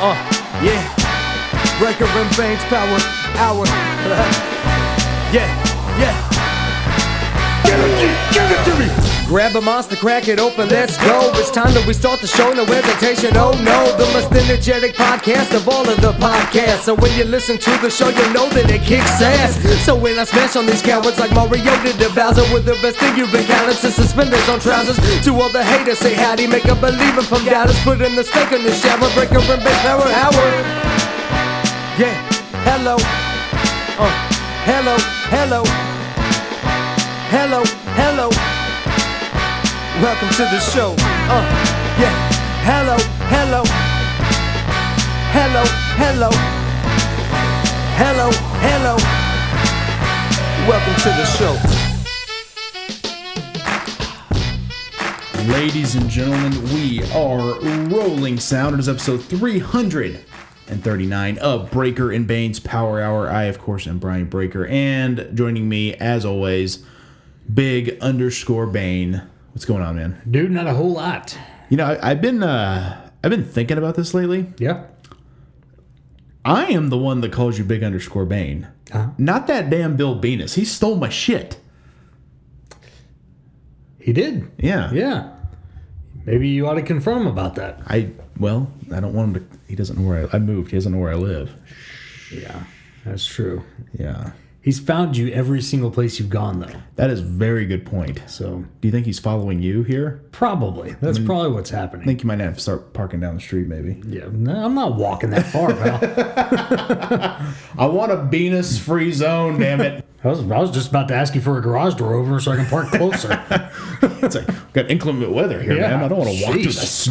Uh, yeah. Breaker and Bane's power hour. yeah, yeah. Grab a monster, crack it open, let's go. It's time that we start the show, no hesitation. Oh no, the most energetic podcast of all of the podcasts. So when you listen to the show, you know that it kicks ass. So when I smash on these cowards like Mario did to Bowser, with the best thing you've been counting since suspenders on trousers. To all the haters, say howdy, make a believer from Dallas. Put in the steak in the shower, break up and base power hour. Yeah, hello, uh, hello, hello, hello, hello. Welcome to the show. Uh, yeah. Hello, hello. Hello, hello. Hello, hello. Welcome to the show. Ladies and gentlemen, we are rolling sound. It is episode 339 of Breaker and Bane's Power Hour. I, of course, am Brian Breaker, and joining me, as always, Big underscore Bane. What's going on, man? Dude, not a whole lot. You know, I, I've been uh, I've been thinking about this lately. Yeah. I am the one that calls you Big underscore Bane, not that damn Bill Venus. He stole my shit. He did. Yeah, Yeah. Maybe you ought to confront him about that. I well, I don't want him to. He doesn't know where I, I moved. He doesn't know where I live. Yeah, that's true. Yeah, He's found you every single place you've gone, though. that is a very good point. So Do you think he's following you here? probably Mm. that's probably what's I happening. think you might have to start parking down the street, maybe. Yeah, no, I'm not walking that far, pal. I want a Venus free zone, damn it. I was, I was just about to ask you for a garage door opener so I can park closer. It's like, we've got inclement weather here, Yeah. man. I don't want to walk through the Jeez.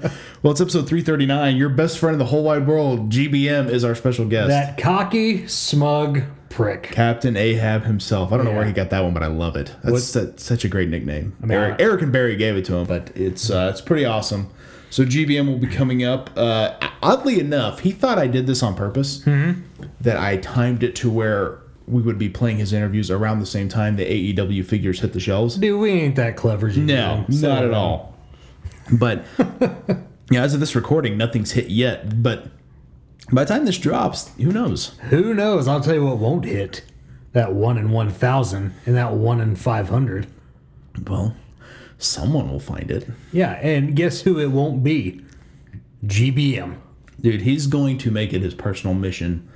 snow. well, it's episode 339. Your best friend in the whole wide world, GBM, is our special guest. that cocky, smug prick. Captain Ahab himself. I don't know where Yeah. he got that one, but I love it. That's su- such a great nickname. mean, Eric, I- Eric and Barry gave it to him, but it's uh, it's pretty awesome. So GBM will be coming up. Uh, oddly enough, he thought I did this on purpose. Mm-hmm. That I timed it to where we would be playing his interviews around the same time the AEW figures hit the shelves. Dude, we ain't that clever. you No, know. So, not at all. But yeah, as of this recording, nothing's hit yet. But by the time this drops, who knows? Who knows? I'll tell you what won't hit. That one in one thousand and that one in five hundred. Well, someone will find it. Yeah, and guess who it won't be? GBM. Dude, he's going to make it his personal mission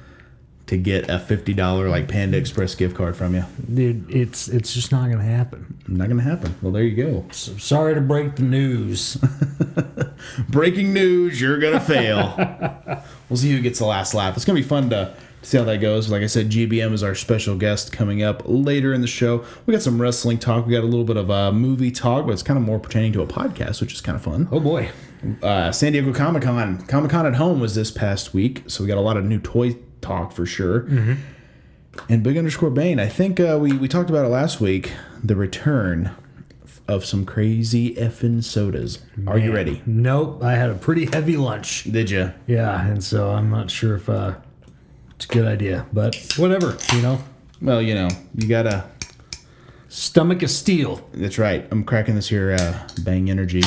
to get a fifty dollar like Panda Express gift card from you. Dude, it's it's just not gonna happen. Not gonna happen. Well, there you go. So sorry to break the news. Breaking news: You're gonna fail. we'll see who gets the last laugh. It's gonna be fun to see how that goes. Like I said, GBM is our special guest coming up later in the show. We got some wrestling talk. We got a little bit of uh, movie talk, but it's kind of more pertaining to a podcast, which is kind of fun. Oh boy. uh, San Diego Comic Con. Comic Con at home was this past week, so we got a lot of new toy talk for sure. Mm-hmm. And big underscore Bane, I think uh, we we talked about it last week. The return of some crazy effing sodas. Are you ready? Nope. I had a pretty heavy lunch. Did you? Yeah, and so I'm not sure if uh it's a good idea. But whatever, you know. Well, you know, you gotta. Stomach of steel. That's right. I'm cracking this here uh, Bang Energy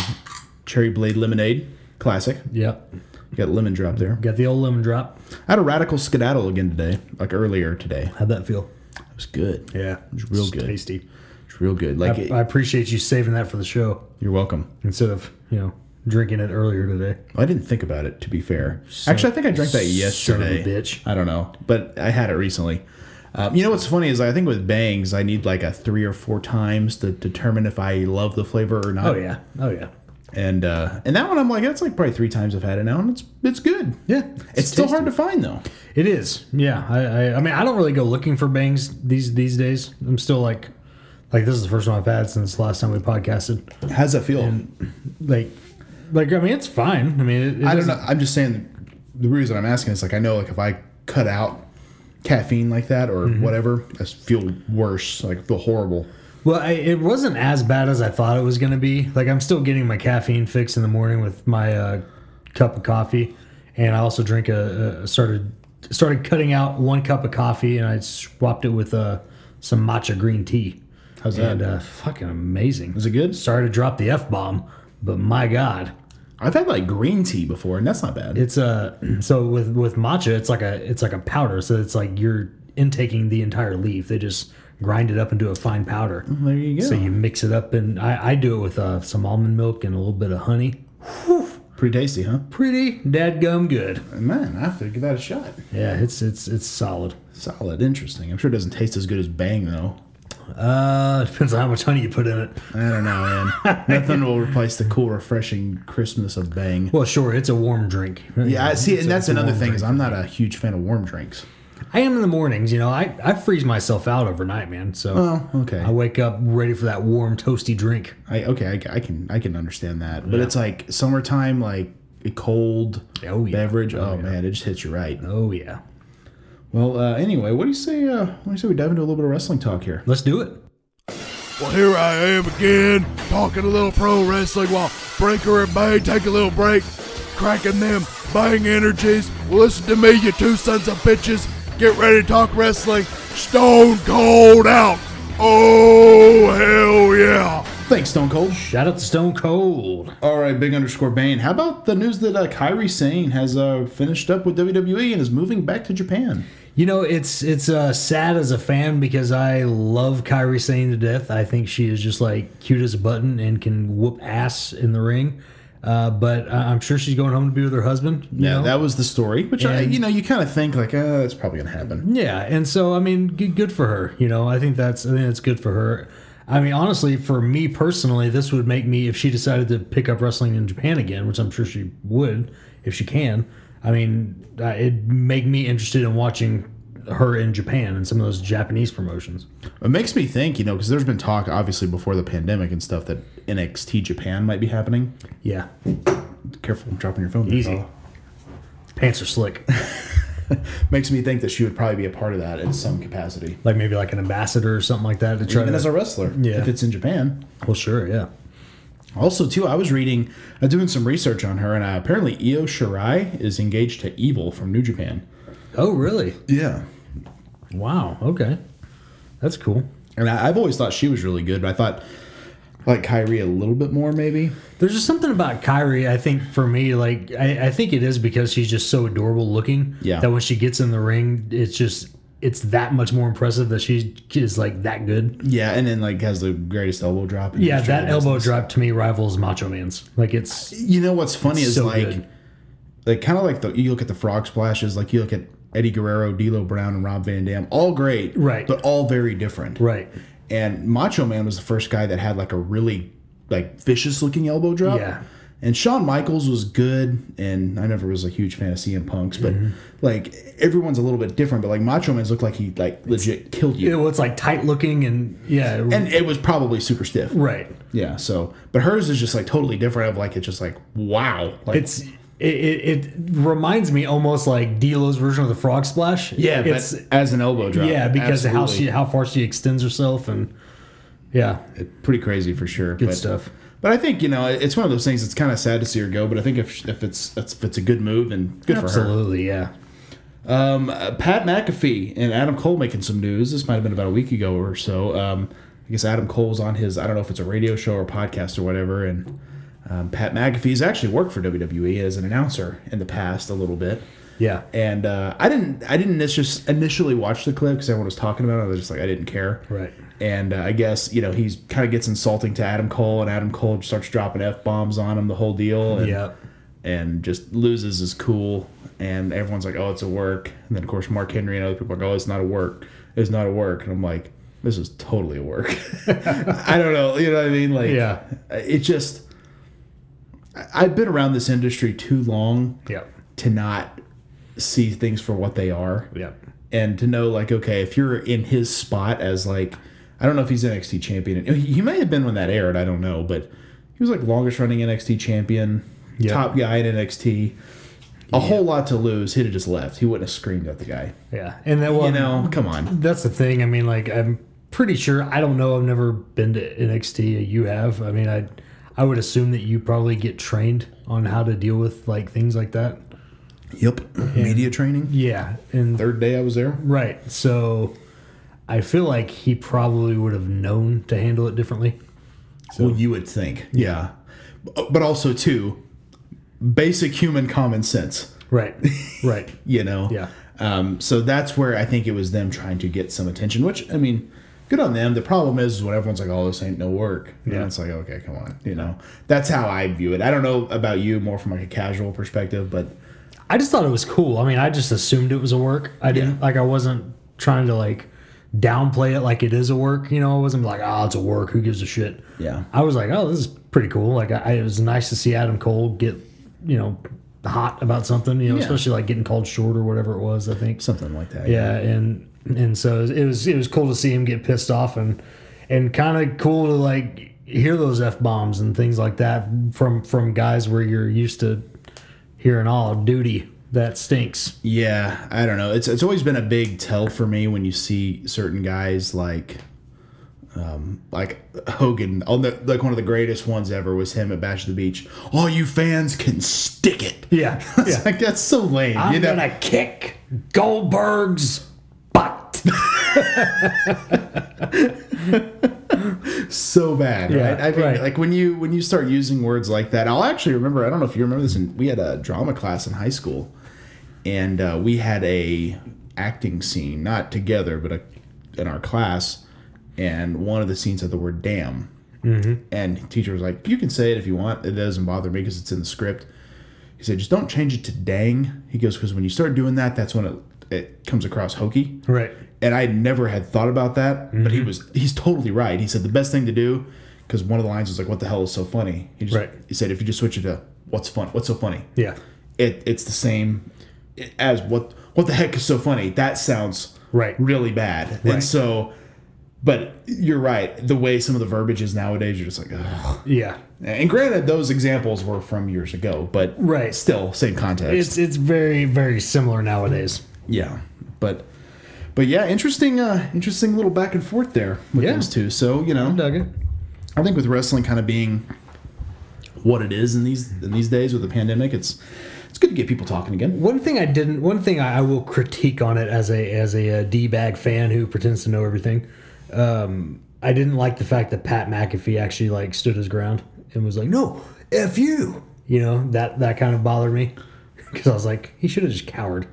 Cherry Blade Lemonade Classic. Yep. You got lemon drop there. Got the old lemon drop. I had a radical skedaddle again today, like earlier today. How'd that feel? It was good. Yeah. It's real good. Tasty. It's real good. Like it- I appreciate you saving that for the show you're welcome. instead of, you know, drinking it earlier today. I didn't think about it, to be fair. Actually, I think I drank that son of a yesterday. bitch. I don't know, but I had it recently. Um, you know what's funny is I think with bangs, I need like a three or four times to determine if I love the flavor or not. Oh yeah. Oh yeah. And uh, and that one I'm like that's like probably three times I've had it now and it's it's good. Yeah, It's, still hard to find though. It is. Yeah. I, I, I mean, I don't really go looking for bangs these these days. I'm still like, like this is the first one I've had since the last time we podcasted. How's that feel? Like, like I mean, it's fine. I mean, it, it I don't doesn't- know. I'm just saying the reason I'm asking is like I know like if I cut out caffeine like that or Mm-hmm. whatever, I just feel worse. Like feel horrible. Well, I, it wasn't as bad as I thought it was going to be. Like I'm still getting my caffeine fix in the morning with my uh, cup of coffee, and I also drink a, a started started cutting out one cup of coffee, and I swapped it with uh, some matcha green tea. How's that? And uh, fucking amazing. Is it good? Sorry to drop the f bomb, but my god, I've had like green tea before and that's not bad. it's a so with with matcha, it's like a it's like a powder. So it's like you're intaking the entire leaf. They just grind it up into a fine powder. there you go. So you mix it up, and I, I do it with uh, some almond milk and a little bit of honey. Pretty tasty, huh? Pretty dadgum good. Man, I have to give that a shot. Yeah, it's it's it's solid. Solid, interesting. I'm sure it doesn't taste as good as Bang though. Uh, depends on how much honey you put in it. I don't know, man. Nothing will replace the cool, refreshing crispness of Bang. Well, sure, it's a warm drink. Yeah, I see, It's and a- that's it's a another warm thing drink. is I'm not a huge fan of warm drinks. I am in the mornings. You know, I I freeze myself out overnight, man. So Oh, okay. I wake up ready for that warm, toasty drink. I okay, I, I can I can understand that, but it's like summertime, like a cold Oh, yeah. beverage. Oh, man, it just hits you right. Oh yeah, Well, uh, anyway, what do you say? Uh, what do you say we dive into a little bit of wrestling talk here? let's do it. Well, here I am again, talking a little pro wrestling while Breaker and Bang take a little break, cracking them Bang energies. Well, listen to me, you two sons of bitches. Get ready to talk wrestling. Stone Cold out. Oh, hell yeah. Thanks, Stone Cold. Shout out to Stone Cold. All right, big underscore Bane. How about the news that uh, Kyrie Sane has uh, finished up with WWE and is moving back to Japan? You know, it's it's uh, sad as a fan because I love Kyrie Sane to death. I think she is just like cute as a button and can whoop ass in the ring. Uh, but I- I'm sure she's going home to be with her husband. you Yeah, know? that was the story. Which I, And- you know, you kind of think like, uh, that's probably gonna happen. yeah. And so I mean, good, good for her. You know, I think that's I think that's good for her. I mean, honestly, for me personally, this would make me if she decided to pick up wrestling in Japan again, which I'm sure she would if she can. I mean, uh, it'd make me interested in watching her in Japan and some of those Japanese promotions. It makes me think, you know, because there's been talk, obviously, before the pandemic and stuff, that NXT Japan might be happening. Yeah. Careful, I'm dropping your phone. there, Easy. fella. Pants are slick. Makes me think that she would probably be a part of that in some capacity, Like maybe like an ambassador or something like that to try even to. as a wrestler. Yeah. if it's in Japan. well, sure, yeah. Also, too, I was reading, uh, doing some research on her, and uh, apparently Io Shirai is engaged to Evil from New Japan. Oh, really? Yeah, Wow. Okay. That's cool. and I, I've always thought she was really good, but I thought like Kyrie a little bit more, maybe. There's just something about Kyrie. I think for me, like I, I think it is because she's just so adorable looking. Yeah. That when she gets in the ring, it's just it's that much more impressive that she is like that good. Yeah, and then like has the greatest elbow drop. in Yeah, history. that elbow drop to me rivals Macho Man's. Like it's You know what's funny is so like, good. like kind of like the you look at the frog splashes, like you look at Eddie Guerrero, D'Lo Brown, and Rob Van Dam, all great, Right. But all very different, right. And Macho Man was the first guy that had like a really like vicious looking elbow drop. Yeah. And Shawn Michaels was good, and I never was a huge fan of CM Punk's, but Mm-hmm. like everyone's a little bit different. But like Macho Man's looked like he like legit killed Yeah, you, well, it's like tight looking and yeah. and it was probably super stiff. right. Yeah. So, but hers is just like totally different. Of like it's just like wow, like It's it, it, it reminds me almost like D'Lo's version of the frog splash. yeah, but it's as an elbow drop. yeah because of how she absolutely. how far she extends herself and yeah, pretty crazy for sure. good but, stuff. But I think you know it's one of those things. It's kind of sad to see her go, but I think if if it's if it's a good move and good for her. Absolutely, yeah. Um, uh, Pat McAfee and Adam Cole making some news. This might have been about a week ago or so. Um, I guess Adam Cole's on his I don't know if it's a radio show or podcast or whatever, and um, Pat McAfee's actually worked for WWE as an announcer in the past a little bit. Yeah. and uh, I didn't I didn't just initially watch the clip because everyone was talking about it. I was just like I didn't care. Right. And uh, I guess you know he's kind of gets insulting to Adam Cole, and Adam Cole starts dropping f bombs on him the whole deal. And, Yeah. And just loses his cool, and everyone's like, "Oh, it's a work." And then of course Mark Henry and other people are like, "Oh, it's not a work. It's not a work." And I'm like, "This is totally a work." I don't know. You know what I mean? Like, Yeah. It just I- I've been around this industry too long Yep. to not see things for what they are. Yep. and to know like okay if you're in his spot as like i don't know if he's nxt champion he he may have been when that aired i don't know but he was like longest running nxt champion Yeah. top guy in nxt a whole lot to lose he'd have just left he wouldn't have screamed at the guy Yeah. And that well, you know come on that's the thing. I mean, like I'm pretty sure I don't know. I've never been to NXT. uh, You have. I mean, I I would assume that you probably get trained on how to deal with like things like that. yep media training Yeah. And third day i was there right. So I feel like he probably would have known to handle it differently. well you would think yeah B- but also too basic human common sense Right. Right. you know Yeah. um, so that's where i think it was them trying to get some attention which i mean good on them the problem is, is when everyone's like oh this ain't no work yeah Yeah. it's like okay come on you know that's how i view it i don't know about you more from like a casual perspective but I just thought it was cool. I mean, I just assumed it was a work. I didn't Yeah. like. I wasn't trying to like downplay it like it is a work. You know, I wasn't like, oh, it's a work. Who gives a shit? Yeah. I was like, oh, this is pretty cool. Like, I, it was nice to see Adam Cole get you know hot about something. You know, Yeah. especially like getting called short or whatever it was. I think. something like that Yeah, and and so it was it was cool to see him get pissed off and and kind of cool to like hear those f bombs and things like that from from guys where you're used to hearing all duty that stinks. yeah i don't know it's it's always been a big tell for me when you see certain guys like um, like Hogan, on the, like one of the greatest ones ever was him at Bash of the Beach. All you fans can stick it. Yeah, It's like that's so lame. I'm you know? gonna kick Goldberg's butt. so bad, Yeah, right? I mean, right. like when you when you start using words like that, I'll actually remember. I don't know if you remember this. And we had a drama class in high school, and uh, we had a acting scene, not together, but a, in our class, and one of the scenes had the word "damn," Mm-hmm. and the teacher was like, "You can say it if you want. It doesn't bother me because it's in the script." He said, "Just don't change it to dang." He goes, "Because when you start doing that, that's when it." It comes across hokey Right. and I never had thought about that, but Mm-hmm. he was he's totally right. He said the best thing to do because one of the lines was like, "What the hell is so funny?" He just Right. he said if you just switch it to "What's fun? What's so funny?" Yeah. It it's the same as what what the heck is so funny. That sounds Right. really bad, Right. and so. But you're right. The way some of the verbiage is nowadays, you're just like, Ugh. Yeah. and granted, those examples were from years ago, but Right. still same context. It's it's very very similar nowadays. Yeah, but but yeah, interesting, uh, interesting little back and forth there with Yeah. uh, those two. So you know, it. I think with wrestling kind of being what it is in these in these days with the pandemic, it's it's good to get people talking again. One thing I didn't. One thing I I will critique on it as a as a uh, d bag fan who pretends to know everything. Um, I didn't like the fact that Pat McAfee actually like stood his ground and was like, "No, f you." You know that that kind of bothered me because I was like, he should have just cowered.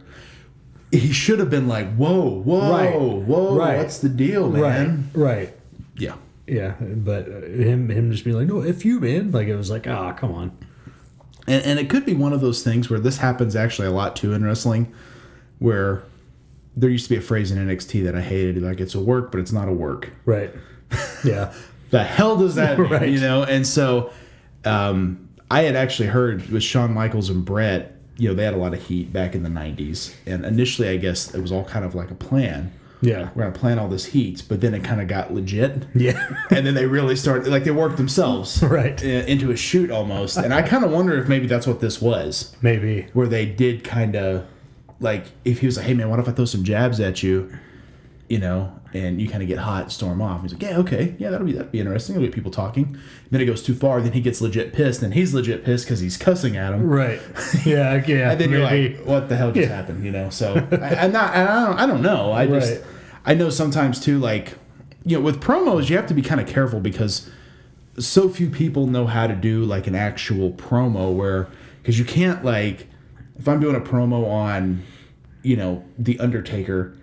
He should have been like, whoa, whoa, Right. whoa, Right. what's the deal, man? Right. Right. Yeah, Yeah. But uh, him him just being like, "No, f you, man." Like it was like, ah, come on. and and it could be one of those things where this happens actually a lot too in wrestling, where there used to be a phrase in NXT that I hated, like it's a work, but it's not a work. Right. Yeah. the hell does that mean? Right. You know, and so um, I had actually heard with Shawn Michaels and Brett, you know, they had a lot of heat back in the '90s, and initially, I guess it was all kind of like a plan. Yeah. We're gonna plan all this heat, but then it kind of got legit. Yeah. And then they really started, like they worked themselves Right. i- into a shoot almost. And I kind of wonder if maybe that's what this was, Maybe. where they did kind of like if he was like, "Hey man, what if I throw some jabs at you?" You know, and you kind of get hot, storm off. He's like, "Yeah, okay, yeah, that'll be that'll be interesting. It'll get people talking." Then it goes too far. Then he gets legit pissed. Then he's legit pissed because he's cussing at him. Right. Yeah. Yeah. And then maybe. you're like, "What the hell just Yeah. happened?" You know. So I, I'm not. I don't. I don't know. I just. Right. I know sometimes too, like you know, with promos, you have to be kind of careful because so few people know how to do like an actual promo where because you can't like if I'm doing a promo on you know the Undertaker,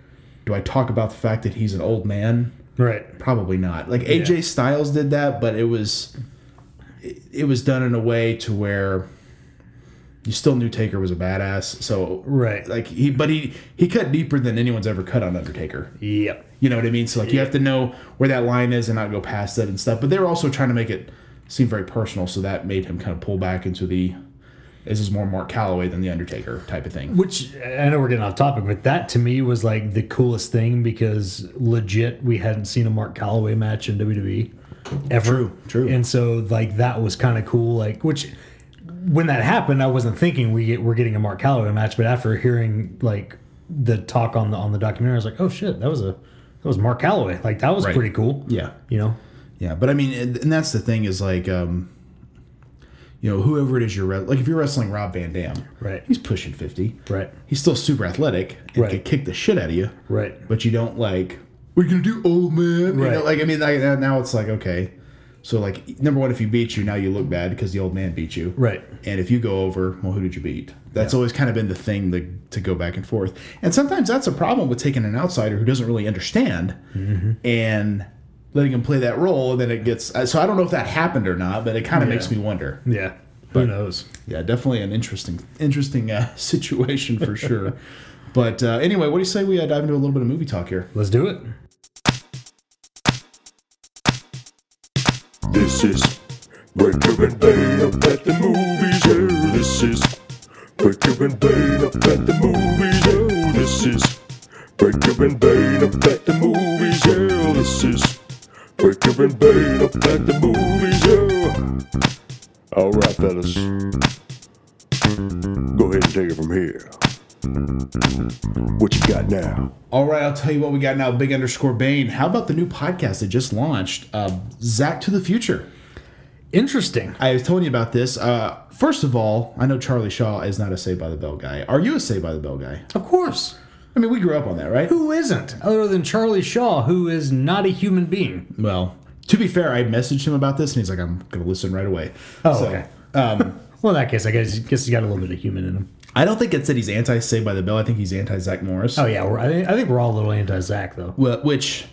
do I talk about the fact that he's an old man? right. Probably not. Like AJ Yeah. Styles did that, but it was it, it was done in a way to where you still knew Taker was a badass. So Right. like he, but he he cut deeper than anyone's ever cut on Undertaker. Yep. You know what I mean? So like you have to know where that line is and not go past it and stuff. But they were also trying to make it seemed very personal, so that made him kind of pull back into the this is more Mark Calloway than the Undertaker type of thing. Which I know we're getting off topic, but that to me was like the coolest thing because legit we hadn't seen a Mark Calloway match in WWE ever. True, true. And so like that was kind of cool. Like which when that happened, I wasn't thinking we get, we're getting a Mark Calloway match, but after hearing like the talk on the on the documentary, I was like, oh shit, that was a that was Mark Calloway. Like that was Right. pretty cool. Yeah, You know, yeah, but I mean, and, and that's the thing is like, um, you know, whoever it is you're re- like, if you're wrestling Rob Van Dam, Right. He's pushing fifty, Right. He's still super athletic and Right. can kick the shit out of you, right? But you don't like, we're gonna do old man, You know, Right. like I mean, like, now it's like okay, so like number one, if you beat you, now you look bad because the old man beat you, Right. And if you go over, well, who did you beat? That's always kind of been the thing to, to go back and forth. And sometimes that's a problem with taking an outsider who doesn't really understand and letting him play that role. And then it gets uh, so I don't know if that happened or not, but it kind of makes me wonder. Yeah. Who knows? Yeah, definitely an interesting, interesting uh, situation for sure. but uh, anyway, what do you say we uh, dive into a little bit of movie talk here? Let's do it. This is Breaker and Bane up at the movies. Yeah, this is Breaker and Bane up at the movies. Yeah, this is Breaker and Bane up at the movies. Yeah, this is Breaker and Bane up at the movies. Yeah. All right, fellas. Go ahead and take it from here. What you got now? All right, I'll tell you what we got now. Big underscore Bane. How about the new podcast that just launched, uh, Zach to the Future? Interesting. I was telling you about this. Uh, first of all, I know Charlie Shaw is not a Saved by the Bell guy. Are you a Saved by the Bell guy? Of course. I mean, we grew up on that, right? Who isn't, other than Charlie Shaw, who is not a human being? Well, to be fair, I messaged him about this, and he's like, "I'm going to listen right away." Oh, So, okay. Well, in that case, I guess, guess he's got a little bit of human in him. I don't think it said he's anti Saved by the Bell. I think he's anti Zach Morris. Oh, yeah. We're, I, think, I think we're all a little anti Zach, though. Well, which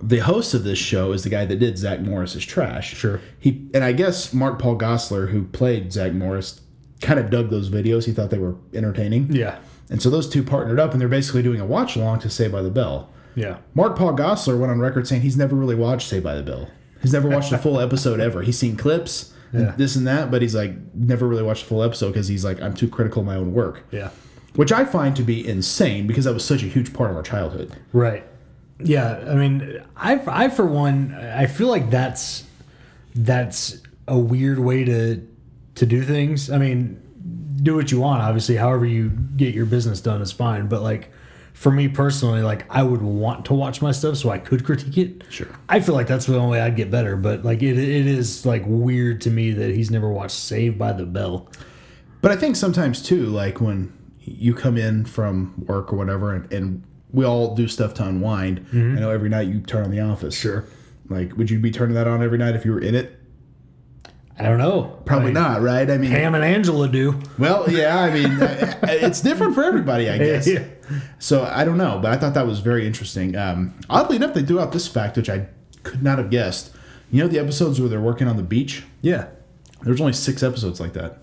the host of this show is the guy that did Zach Morris's trash. Sure. He and I guess Mark Paul Gossler, who played Zach Morris, kind of dug those videos. He thought they were entertaining. Yeah. And so those two partnered up, and they're basically doing a watch along to Saved by the Bell. Yeah. Mark Paul Gossler went on record saying he's never really watched Saved by the Bell. He's never watched a full episode ever. He's seen clips, and Yeah. this and that, but he's like never really watched a full episode because he's like, I'm too critical of my own work, Yeah. which I find to be insane because that was such a huge part of our childhood. Right. Yeah. I mean, I, I for one, I feel like that's that's a weird way to to do things. I mean, do what you want, obviously. However you get your business done is fine. But like for me personally, like I would want to watch my stuff so I could critique it. Sure. I feel like that's the only way I'd get better. But like it, it is like weird to me that he's never watched Saved by the Bell. But I think sometimes too, like when you come in from work or whatever, and, and we all do stuff to unwind. I know every night you turn on The Office. Mm-hmm. Sure. Like, would you be turning that on every night if you were in it? I don't know. Probably Like, not, right? I mean, Pam and Angela do. well, yeah. I mean, uh, it's different for everybody, I guess. Yeah. So I don't know, but I thought that was very interesting. Um, oddly enough, they threw out this fact which I could not have guessed. You know, the episodes where they're working on the beach. Yeah. There's only six episodes like that.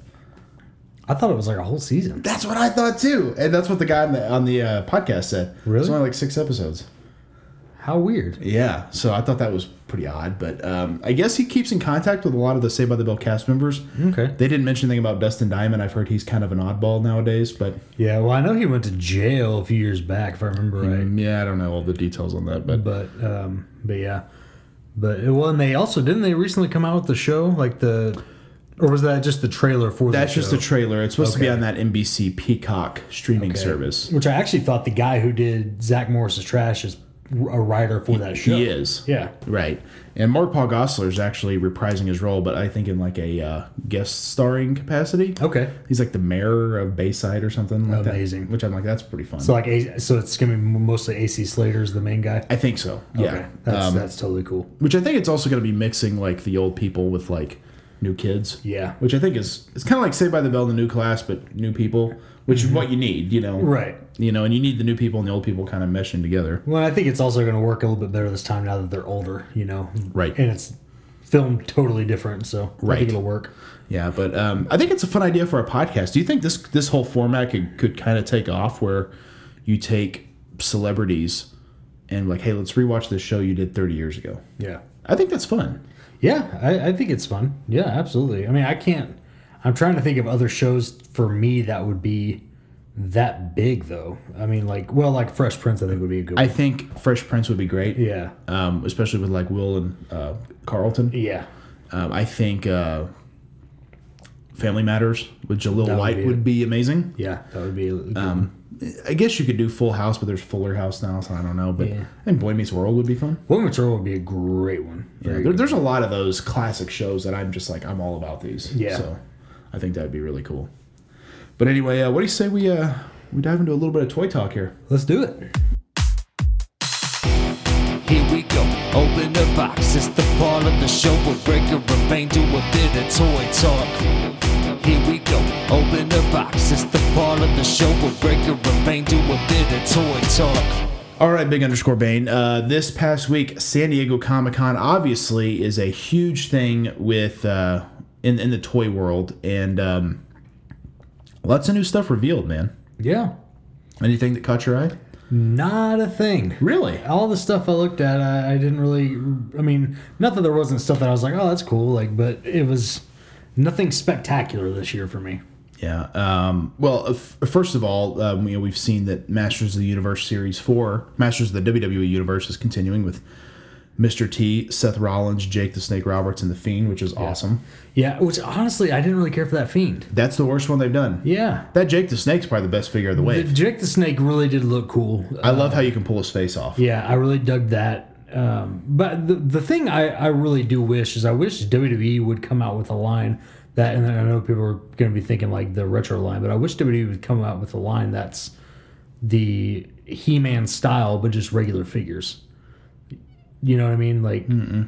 I thought it was like a whole season. That's what I thought too, and that's what the guy on the, on the uh, podcast said. Really? it's only like six episodes. How weird. Yeah, so I thought that was pretty odd, but um, I guess he keeps in contact with a lot of the Saved by the Bell cast members. Okay. They didn't mention anything about Dustin Diamond. I've heard he's kind of an oddball nowadays, but Yeah, well, I know he went to jail a few years back, if I remember right. Mm, yeah, I don't know all the details on that. But But, um, but yeah, but uh, well, and they also didn't they recently come out with the show like the, or was that just the trailer for that's the just show? a trailer. It's supposed to be Okay. on that NBC Peacock streaming Okay. service. Which I actually thought the guy who did Zach Morris's Trash is a writer for that show. He is. Yeah. Right. And Mark Paul Gossler is actually reprising his role, but I think in like a uh, guest starring capacity. Okay. He's like the mayor of Bayside or something like that. Amazing. Which I'm like, that's pretty fun. So like, A- so it's gonna be mostly AC Slater's the main guy. I think so. Okay, Yeah. that's Um, that's totally cool. which I think it's also going to be mixing like the old people with like new kids. Yeah. Which I think is it's kind of like Saved by the Bell, the new class, but new people, which is what you need, you know. Mm-hmm. Right. You know, and you need the new people and the old people kind of meshing together. Well, I think it's also going to work a little bit better this time now that they're older, you know. Right. And it's filmed totally different, so I Right. think it'll work. Yeah, but um, I think it's a fun idea for a podcast. Do you think this this whole format could could kind of take off where you take celebrities and like, hey, let's rewatch this show you did 30 years ago. Yeah. I think that's fun. Yeah, I, I think it's fun. Yeah, absolutely. I mean, I can't. I'm trying to think of other shows for me that would be that big, though. I mean, like, well, like Fresh Prince, I think would be a good. I one. think Fresh Prince would be great. Yeah, Um, especially with like Will and uh, Carlton. yeah, Um, I think uh, Family Matters with Jalil would White be would it. be amazing. yeah. That would be. a good Um, one. I guess you could do Full House, but there's Fuller House now, so I don't know. But Yeah. I think Boy Meets World would be fun. Woman Patrol would be a great one. Very There, good. there's a lot of those classic shows that I'm just like I'm all about these. Yeah. So I think that would be really cool. But anyway, uh, what do you say we uh, we dive into a little bit of toy talk here? Let's do it. Here we go, open the box. It's the part of the show where Breaker and Bane do a bit of toy talk. Here we go, open the box. It's the part of the show where Breaker and Bane do a bit of toy talk. All right, big underscore Bane. Uh, this past week, San Diego Comic Con obviously is a huge thing with uh, in in the toy world, and um, lots of new stuff revealed, man. Yeah, Anything that caught your eye? not a thing. Really? all the stuff I looked at, I, I didn't really. I mean, not that there wasn't stuff that I was like, oh, that's cool. Like, but it was nothing spectacular this year for me. Yeah. Um, well, f- first of all, um, you know, we've seen that Masters of the Universe Series 4, Masters of the WWE Universe, is continuing with Mr. T, Seth Rollins, Jake the Snake Roberts, and The Fiend, which is awesome. Yeah, which honestly, I didn't really care for that fiend. That's the worst one they've done. Yeah. That Jake the Snake's probably the best figure of the The- wave. Jake the Snake really did look cool. I love how you can pull his face off. Uh, Yeah, I really dug that. Um, but the, the thing I, I really do wish is I wish WWE would come out with a line that, and I know people are going to be thinking like the retro line, but I wish WWE would come out with a line that's the He Man style, but just regular figures. You know what I mean? Like, Hmm.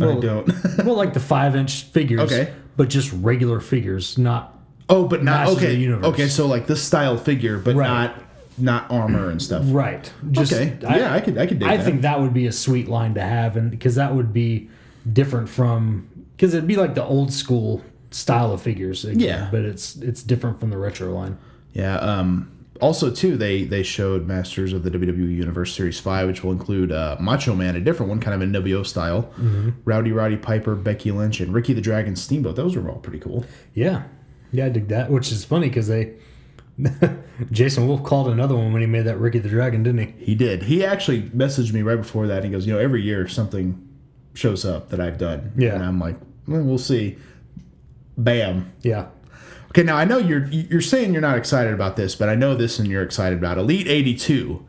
I don't. well, like the five inch figures, Okay. but just regular figures, not. oh, but not Masters of okay. the Universe. Okay, so like this style figure, but Right. not not armor and stuff. Right. Just, Okay. yeah, I could I could dig I that. think that would be a sweet line to have, and because that would be different from because it'd be like the old school style of figures. again, Yeah. but it's it's different from the retro line. Yeah. Um, also, too, they they showed Masters of the WWE Universe Series Five, which will include uh, Macho Man, a different one, kind of a NWO style, Mm-hmm. Rowdy Roddy Piper, Becky Lynch, and Ricky the Dragon Steamboat. Those were all pretty cool. Yeah, yeah, I dig that. Which is funny because they Jason Wolf called another one when he made that Ricky the Dragon, didn't he? He did. He actually messaged me right before that. And he goes, you know, every year something shows up that I've done. Yeah. And I'm like, well, we'll see. Bam. Yeah, Okay, now I know you're you're saying you're not excited about this, but I know this and you're excited about Elite 82.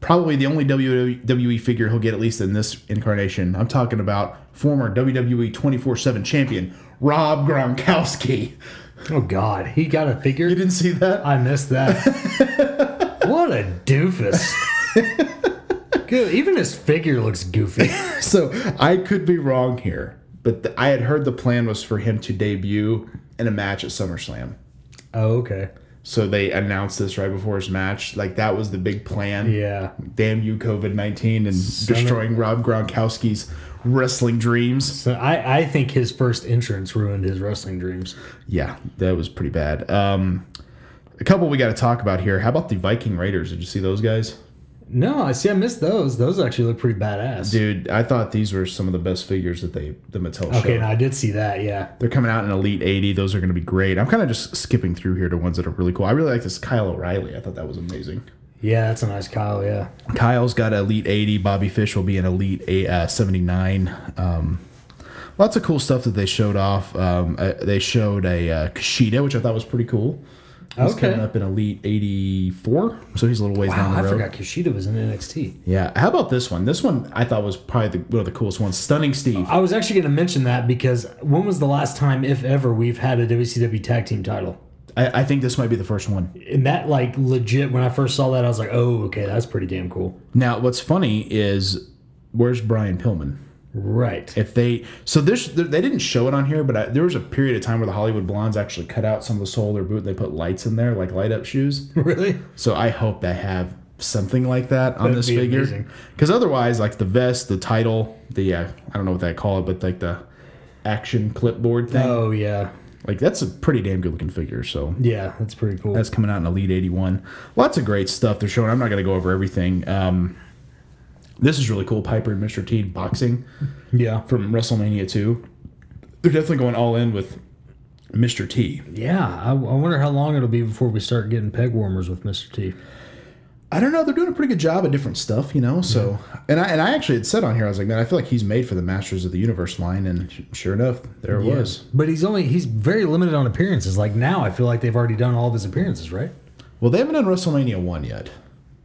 Probably the only WWE figure he'll get at least in this incarnation. I'm talking about former WWE 24/7 champion Rob Gronkowski. Oh God, he got a figure. You didn't see that? I missed that. what a doofus. Good. Even his figure looks goofy. So I could be wrong here, but th- I had heard the plan was for him to debut in a match at SummerSlam. Oh, okay. So they announced this right before his match. Like that was the big plan. Yeah. Damn you, COVID 19, and destroying Rob Gronkowski's wrestling dreams. So I, I think his first entrance ruined his wrestling dreams. Yeah, that was pretty bad. Um, a couple we got to talk about here. How about the Viking Raiders? Did you see those guys? No, I see. I missed those. Those actually look pretty badass. Dude, I thought these were some of the best figures that they the Mattel okay, showed. now I did see that. Yeah. They're coming out in Elite 80. Those are going to be great. I'm kind of just skipping through here to ones that are really cool. I really like this Kyle O'Reilly. I thought that was amazing. Yeah, that's a nice Kyle. Yeah. Kyle's got Elite 80. Bobby Fish will be an Elite eight, uh, 79. Um, lots of cool stuff that they showed off. Um, uh, they showed a uh, Kushida, which I thought was pretty cool. He's Okay. coming up in Elite 84, so he's a little ways down Wow, the Ah, I road. forgot Kushida was in NXT. Yeah. How about this one? This one I thought was probably the, one of the coolest ones. Stunning Steve. I was actually going to mention that because when was the last time, if ever, we've had a WCW tag team title? I, I think this might be the first one. And that, like, legit, when I first saw that, I was like, oh, okay, that's pretty damn cool. Now, what's funny is where's Brian Pillman? Right. if they so there's they didn't show it on here but I, there was a period of time where the hollywood blondes actually cut out some of the sole of their boot and they put lights in there like light up shoes really? so i hope they have something like that on That'd this be figure amazing. because otherwise like the vest the title the uh, i don't know what they call it but like the action clipboard thing Oh, yeah. like that's a pretty damn good looking figure so Yeah, that's pretty cool. that's coming out in Elite 81. Lots of great stuff they're showing. I'm not going to go over everything. Um, This is really cool. Piper and Mr. T boxing Yeah. from WrestleMania 2. They're definitely going all in with Mr. T. Yeah. I, I wonder how long it'll be before we start getting peg warmers with Mr. T. I don't know. They're doing a pretty good job at different stuff, you know. So, and I and I actually had said on here, I was like, man, I feel like he's made for the Masters of the Universe line, and sh- sure enough, there it was. But he's only, he's very limited on appearances. Like now, I feel like they've already done all of his appearances, right? Well, they haven't done WrestleMania one yet.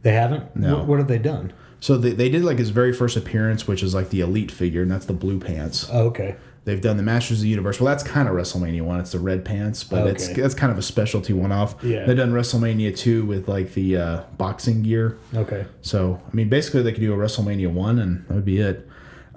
They haven't? No. What, what have they done? So they, they did like his very first appearance, which is like the elite figure, and that's the blue pants. Oh, okay. They've done the Masters of the Universe. Well, that's kind of WrestleMania one. It's the red pants, but it's Okay. that's kind of a specialty one off. Yeah. They've done WrestleMania two with like the uh, boxing gear. Okay. So I mean, basically they could do a WrestleMania one, and that would be it.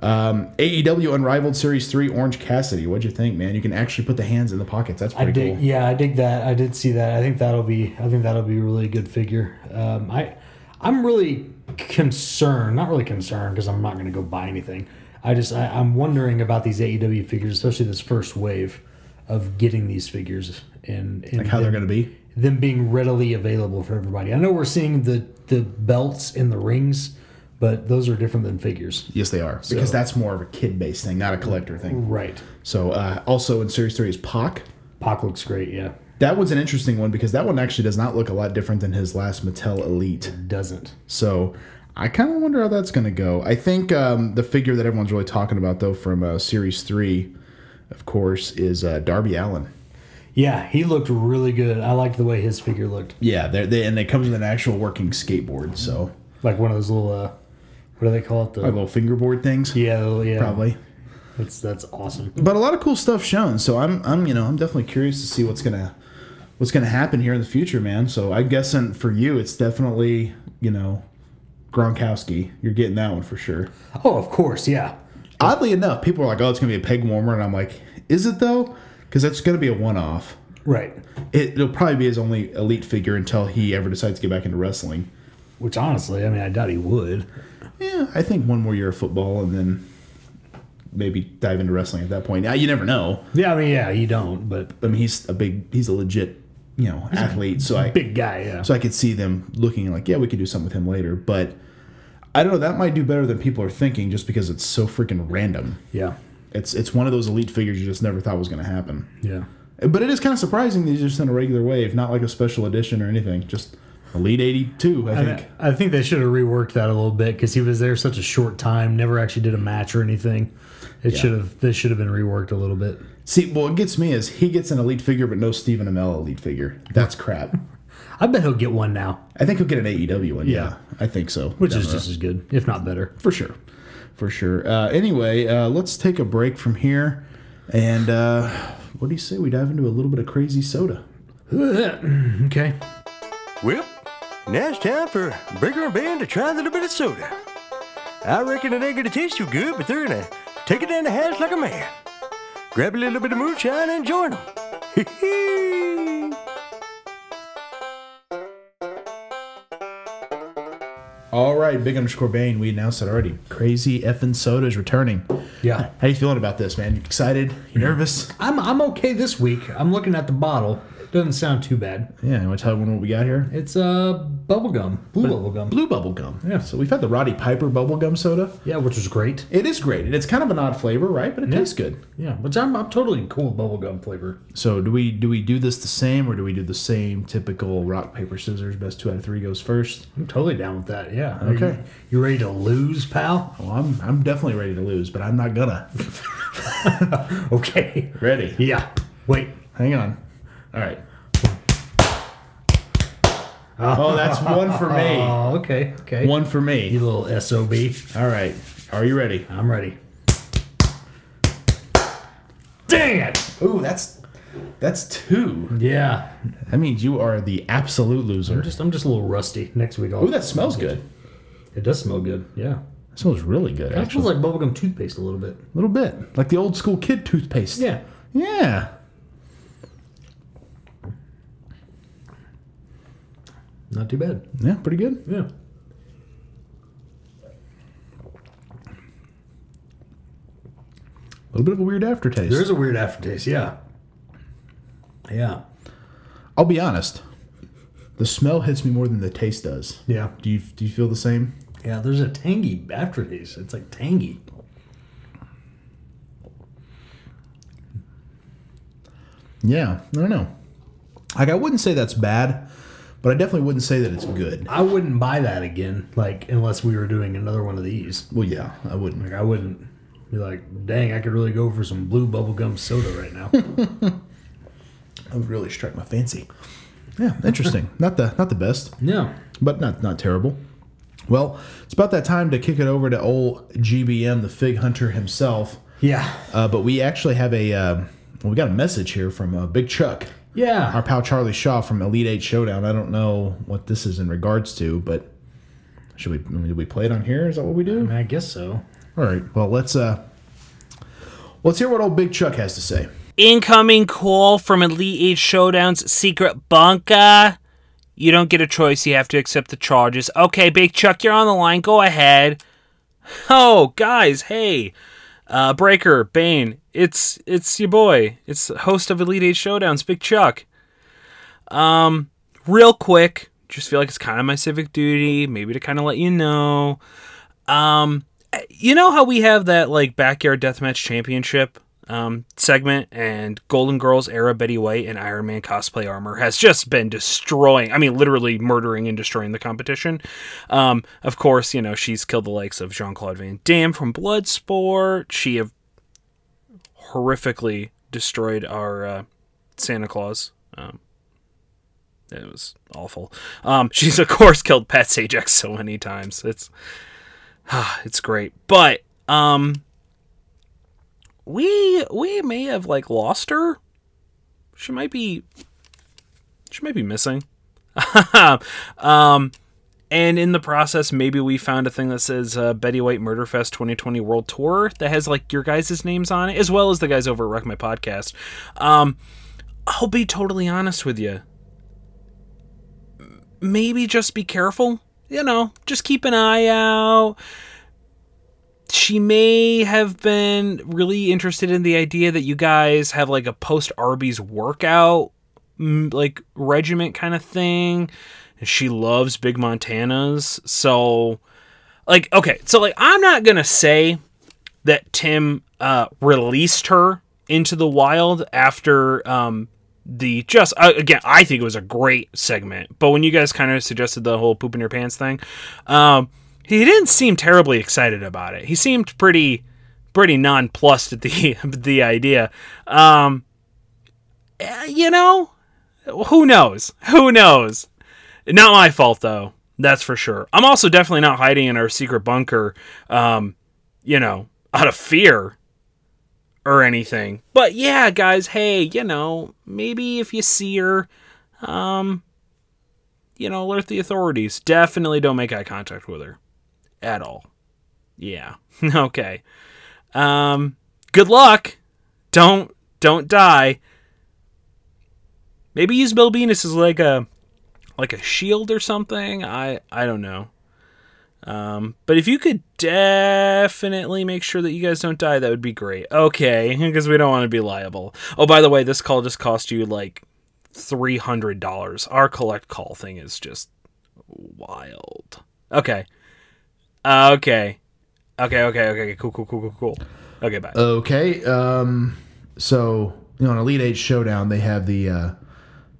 Um, AEW Unrivaled Series three, Orange Cassidy. What'd you think, man? You can actually put the hands in the pockets. That's I pretty dig, cool. yeah, I dig that. I did see that. I think that'll be, I think that'll be a really good figure. Um, I, I'm really concerned, not really concerned because I'm not going to go buy anything. I just, I, I'm wondering about these AEW figures, especially this first wave of getting these figures and, and Like how they're them- gonna be. them being readily available for everybody. I know we're seeing the the belts and the rings, but those are different than figures. Yes, they are because that's more of a kid based thing, not a collector thing. Right. So uh, also in Series three is Pac. Pac looks great. Yeah. That one's an interesting one because that one actually does not look a lot different than his last Mattel Elite. Doesn't. So I kind of wonder how that's going to go. I think um, the figure that everyone's really talking about, though, from uh, Series 3, of course, is uh, Darby Allen. Yeah, he looked really good. I liked the way his figure looked. Yeah, they're, they, and it comes with an actual working skateboard. So, Like one of those little uh what do they call it? The like little fingerboard things. yeah, the little- yeah. Probably. That's that's awesome. But a lot of cool stuff shown. So I'm, I'm, you know, I'm definitely curious to see what's going to. What's going to happen here in the future, man? So I'm guessing for you, it's definitely you know Gronkowski. You're getting that one for sure. Oh, of course, yeah. Oddly enough, people are like, "Oh, it's gonna be a peg warmer," and I'm like, "Is it though? Because that's gonna be a one-off. Right. It, it'll probably be his only elite figure until he ever decides to get back into wrestling." Which honestly, I mean, I doubt he would. Yeah, I think one more year of football and then maybe dive into wrestling at that point. Now you never know. Yeah, I mean, yeah, you don't, but I mean, he's a big, he's a legit, you know, athlete. So I, big guy, yeah. so I could see them looking like, yeah, we could do something with him later, but. I don't know. That might do better than people are thinking, just because it's so freaking random. yeah. It's it's one of those elite figures you just never thought was going to happen. Yeah. But it is kind of surprising that he's just in a regular wave, not like a special edition or anything. Just Elite 82, I think. I, I think they should have reworked that a little bit because he was there such a short time, never actually did a match or anything. It should have this should have been reworked a little bit. See, what gets me is he gets an Elite figure, but no Stephen Amell Elite figure. That's crap. I bet he'll get one now, I think he'll get an AEW one. Yeah, Yeah. I think so. which Down is the road. just as good, if not better. for sure, for sure. Uh, anyway, uh, let's take a break from here, and uh, what do you say we dive into a little bit of crazy soda? Okay. Well, now it's time for Breaker and Band to try a little bit of soda. I reckon it ain't gonna taste too good, but they're gonna take it down the hatch like a man. Grab a little bit of moonshine and join them. All right, Big Underscore Bane. We announced it already. Crazy effing soda is returning. Yeah. How you feeling about this, man? You excited? You nervous? I'm I'm okay this week. I'm looking at the bottle. It doesn't sound too bad. Yeah, you want to tell everyone what we got here? It's uh bubble gum, blue bubble gum. Blue bubble gum. Yeah. So we've had the Roddy Piper bubble gum soda. Yeah, which was great. It is great, and it's kind of an odd flavor, right? But it tastes good. Yeah, which I'm I'm totally cool with bubble gum flavor. So do we do we do this the same, or do we do the same typical rock paper scissors? Best two out of three goes first. I'm totally down with that. Yeah. Okay. You, you ready to lose, pal? Well, I'm I'm definitely ready to lose, but I'm not gonna. Okay. Oh. ready? Yeah. Wait. Hang on. All right. Oh, that's one for me. Oh, okay. Okay. One for You me. little SOB. All right. Are you ready? I'm ready. Dang it! Ooh, that's that's two. Yeah. That means you are the absolute loser. Just I'm just a little rusty. Next week I'll Ooh, that smells good. it does smell good. Yeah. That smells really good. It Actually. smells like bubblegum toothpaste a little bit. A little bit. Like the old school kid toothpaste. Yeah. Yeah. Not too bad. Yeah, pretty good. Yeah. A little bit of a weird aftertaste. There is a weird aftertaste, yeah. Yeah. I'll be honest. The smell hits me more than the taste does. Yeah. Do you do you feel the same? Yeah, there's a tangy aftertaste. It's like tangy. Yeah, I don't know. Like I wouldn't say that's bad, but I definitely wouldn't say that it's good. I wouldn't buy that again, like unless we were doing another one of these. Well, yeah, I wouldn't. Like I wouldn't be like, dang, I could really go for some blue bubblegum soda right now. That would really strike my fancy. Yeah, interesting. not the not the best, no. but not not terrible. Well, it's about that time to kick it over to old GBM, the fig hunter himself. Yeah. Uh, but we actually have a um well, we got a message here from uh, Big Chuck, Yeah. our pal Charlie Shaw from Elite Eight Showdown. I don't know what this is in regards to, but should we I mean, do we play it on here? Is that what we do? I, mean, I guess so. All right. Well, let's uh let's hear what old Big Chuck has to say. Incoming call from Elite Eight Showdown's secret bunker. You don't get a choice. You have to accept the charges. Okay, Big Chuck, you're on the line. Go ahead. Oh, guys, hey, uh, Breaker, Bane, it's it's your boy. It's the host of Elite Eight Showdowns, Big Chuck. Um, real quick, just feel like it's kind of my civic duty, maybe to kind of let you know. Um, you know how we have that like backyard deathmatch championship um, segment and Golden Girls era Betty White and Iron Man cosplay armor has just been destroying. I mean, literally murdering and destroying the competition. Um, of course, you know she's killed the likes of Jean Claude Van Damme from Bloodsport. She have horrifically destroyed our uh, Santa Claus. Um, it was awful. Um, she's of course killed Pat Sajak so many times. It's it's great. But um we we may have like lost her. She might be she might be missing. um and in the process maybe we found a thing that says uh, Betty White Murderfest 2020 World Tour that has like your guys' names on it as well as the guys over at Wreck My Podcast. Um I'll be totally honest with you. M- Maybe just be careful. You know, just keep an eye out she may have been really interested in the idea that you guys have like a post Arby's workout mm, like regiment kind of thing. And she loves Big Montana's. So like okay, so like I'm not going to say that Tim uh released her into the wild after um the just uh, again I think it was a great segment. But when you guys kind of suggested the whole poop in your pants thing, um he didn't seem terribly excited about it. He seemed pretty pretty nonplussed at the the idea. Um, eh, you know, who knows? Who knows? Not my fault though. That's for sure. I'm also definitely not hiding in our secret bunker. Um, you know, out of fear or anything. But yeah, guys, hey, you know, maybe if you see her, um, you know, alert the authorities. Definitely don't make eye contact with her at all. Yeah. okay. Um good luck. Don't don't die. Maybe use Belbinus as like a like a shield or something. I I don't know. Um but if you could definitely make sure that you guys don't die, that would be great. Okay, because we don't want to be liable. Oh, by the way, this call just cost you like $300. Our collect call thing is just wild. Okay. Uh, okay. Okay, okay, okay. Cool, cool, cool, cool, cool. Okay, bye. Okay. Um, so you know, in Elite Eight Showdown, they have the uh,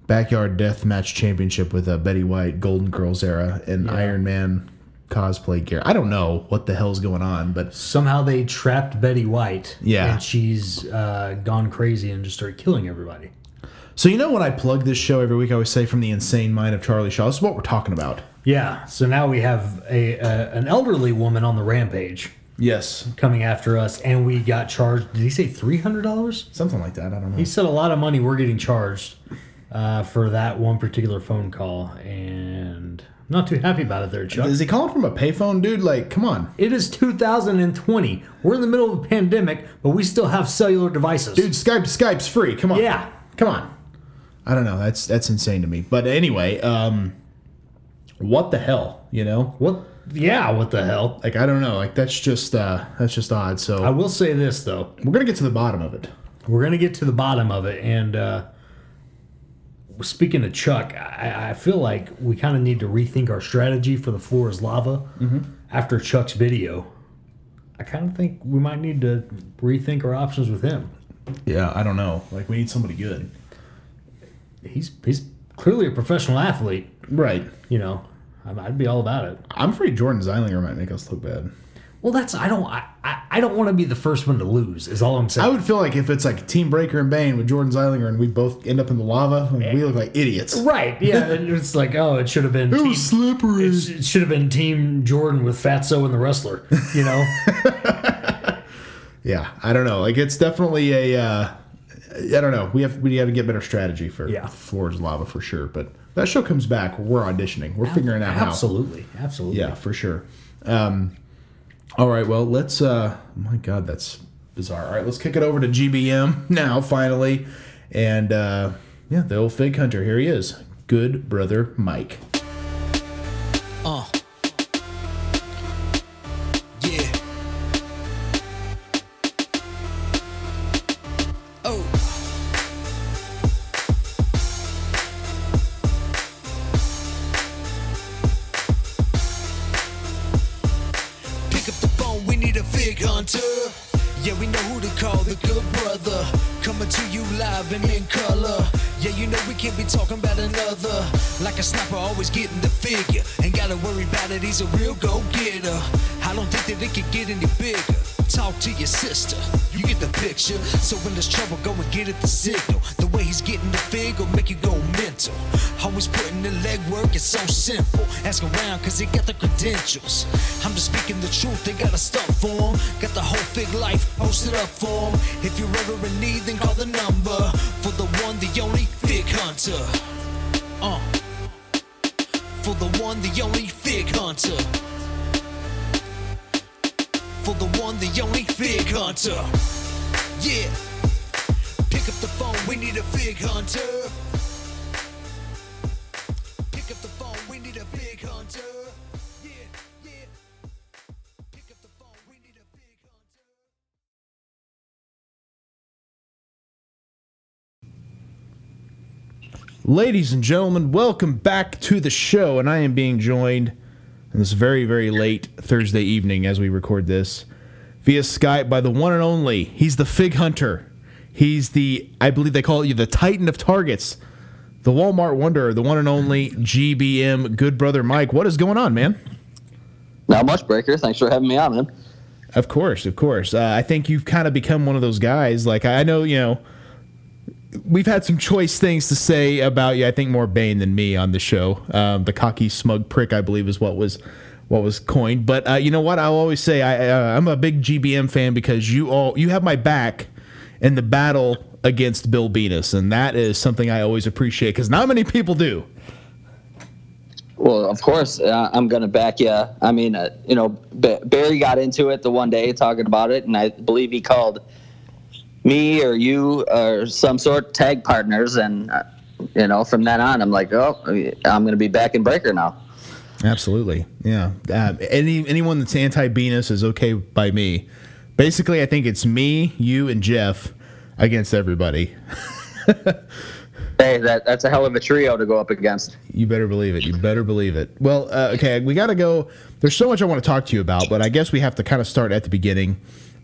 backyard death match championship with uh, Betty White, Golden Girls era, and Iron Man cosplay gear. I don't know what the hell's going on, but Somehow they trapped Betty White. Yeah. And she's uh, gone crazy and just started killing everybody. so you know, when I plug this show every week, I always say from the insane mind of Charlie Shaw. This is what we're talking about. Yeah. So now we have a, a an elderly woman on the rampage Yes, coming after us, and we got charged. Did he say three hundred dollars? something like that. I don't know. He said a lot of money we're getting charged uh, for that one particular phone call, and I'm not too happy about it there, Chuck. is he calling from a payphone, dude? Like, come on, It is 2020. We're in the middle of a pandemic, but we still have cellular devices. dude. Skype, Skype's free. Come on. Yeah. Come on. I don't know. That's that's insane to me. But anyway, um, what the hell? You know. What? Yeah, what the hell? like I don't know, like that's just uh that's just odd. So I will say this, though. we're gonna get to the bottom of it. We're going to get to the bottom of it. And uh, speaking of Chuck, I, I feel like we kind of need to rethink our strategy for the floor is lava. after Chuck's video, I kind of think we might need to rethink our options with him. Yeah, I don't know. Like we need somebody good. He's he's clearly a professional athlete. Right. You know, I'm- I'd be all about it. I'm afraid Jordan Zeilinger might make us look bad. Well, that's I don't I, I, I don't want to be the first one to lose. Is all I'm saying. I would feel like if it's like Team Breaker and Bane with Jordan Zeilinger and we both end up in the lava, I mean, we look like idiots. right? Yeah, and it's like oh, it should have been. It team- was slippery. it sh- it should have been Team Jordan with Fatso and the wrestler. You know, yeah, I don't know. Like it's definitely a. Uh, I don't know. We have we got to get better strategy for Yeah. Florida's lava for sure. But that show comes back. We're auditioning. We're figuring out how. absolutely, absolutely. Yeah, for sure. Um, all right, well, let's. Uh, my God, that's bizarre. All right, let's kick it over to GBM now, finally. And uh, yeah, the old fig hunter. Here he is. Good brother Mike. Yeah. Oh. Pick up the phone, we need a fig hunter. Yeah, we know who to call, the good brother. Coming to you live and in color. Yeah, you know we can't be talking about another. Like a sniper, always getting the figure. Ain't gotta worry about it, he's a real go getter. I don't think that it could get any bigger. Talk to your sister, you get the picture. So when there's trouble, go and get it the signal. The way he's getting the fig will make you go mental. Always putting the legwork, it's so simple. Ask around, cause he got the credentials. I'm just speaking the truth, they got a stunt for him. Got the whole fig life posted up for him. If you're ever in need, then call the number for the one, the only fig hunter. Uh. For the one, the only fig hunter. For the one, the only fig hunter. Yeah. Pick up the phone, we need a fig hunter. Pick up the phone, we need a fig hunter. Yeah, yeah. Pick up the phone, we need a fig hunter. Ladies and gentlemen, welcome back to the show. And I am being joined on this very, very late Thursday evening as we record this via Skype by the one and only. He's the fig hunter. He's the, I believe they call you the Titan of targets. The Walmart Wonder, the one and only GBM Good Brother Mike. What is going on, man? Not much, Breaker. Thanks for having me on, man. Of course, of course. Uh, I think you've kind of become one of those guys. Like I know, you know, we've had some choice things to say about you. I think more Bane than me on the show. Um, the cocky, smug prick, I believe, is what was what was coined. But uh, you know what? I'll always say I, uh, I'm a big GBM fan because you all you have my back in the battle against Bill Venus, and that is something I always appreciate because not many people do. Well, of course, uh, I'm going to back you. I mean, uh, you know, B- Barry got into it the one day talking about it, and I believe he called me or you or some sort tag partners. And, uh, you know, from then on, I'm like, oh, I'm going to be back in Breaker now. Absolutely, yeah. Uh, any anyone that's anti Venus is okay by me. Basically, I think it's me, you, and Jeff against everybody. Hey, that, that's a hell of a trio to go up against. You better believe it. You better believe it. Well, uh, okay, we got to go. There's so much I want to talk to you about, but I guess we have to kind of start at the beginning.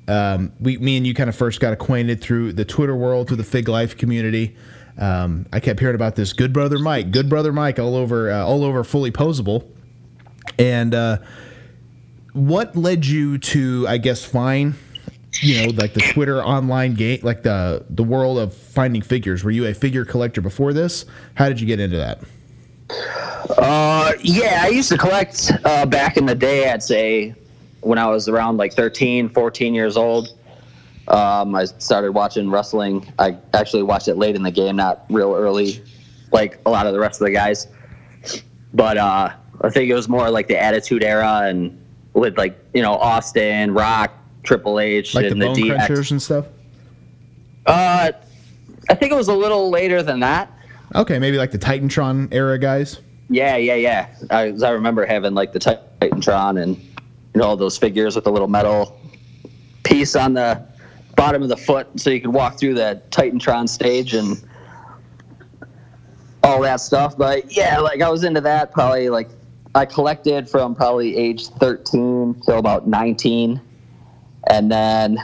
Um, we, me and you kind of first got acquainted through the Twitter world, through the Fig Life community. Um, I kept hearing about this good brother Mike, good brother Mike, all over, uh, all over, fully posable. And uh, what led you to, I guess, find, you know, like the Twitter online gate, like the the world of finding figures? Were you a figure collector before this? How did you get into that? Uh, yeah, I used to collect uh, back in the day, I'd say, when I was around like 13, 14 years old. Um, I started watching wrestling. I actually watched it late in the game, not real early, like a lot of the rest of the guys. But uh, I think it was more like the Attitude Era and with like, you know, Austin, Rock, Triple H, like the and the, bone DX. crunchers and stuff. Uh, I think it was a little later than that. Okay, maybe like the Titantron era guys. Yeah, yeah, yeah. I, 'cause I remember having like the Titantron and you know, all those figures with the little metal piece on the bottom of the foot, so you could walk through that Titantron stage and all that stuff. But yeah, like I was into that probably like I collected from probably age 13 till about 19, and then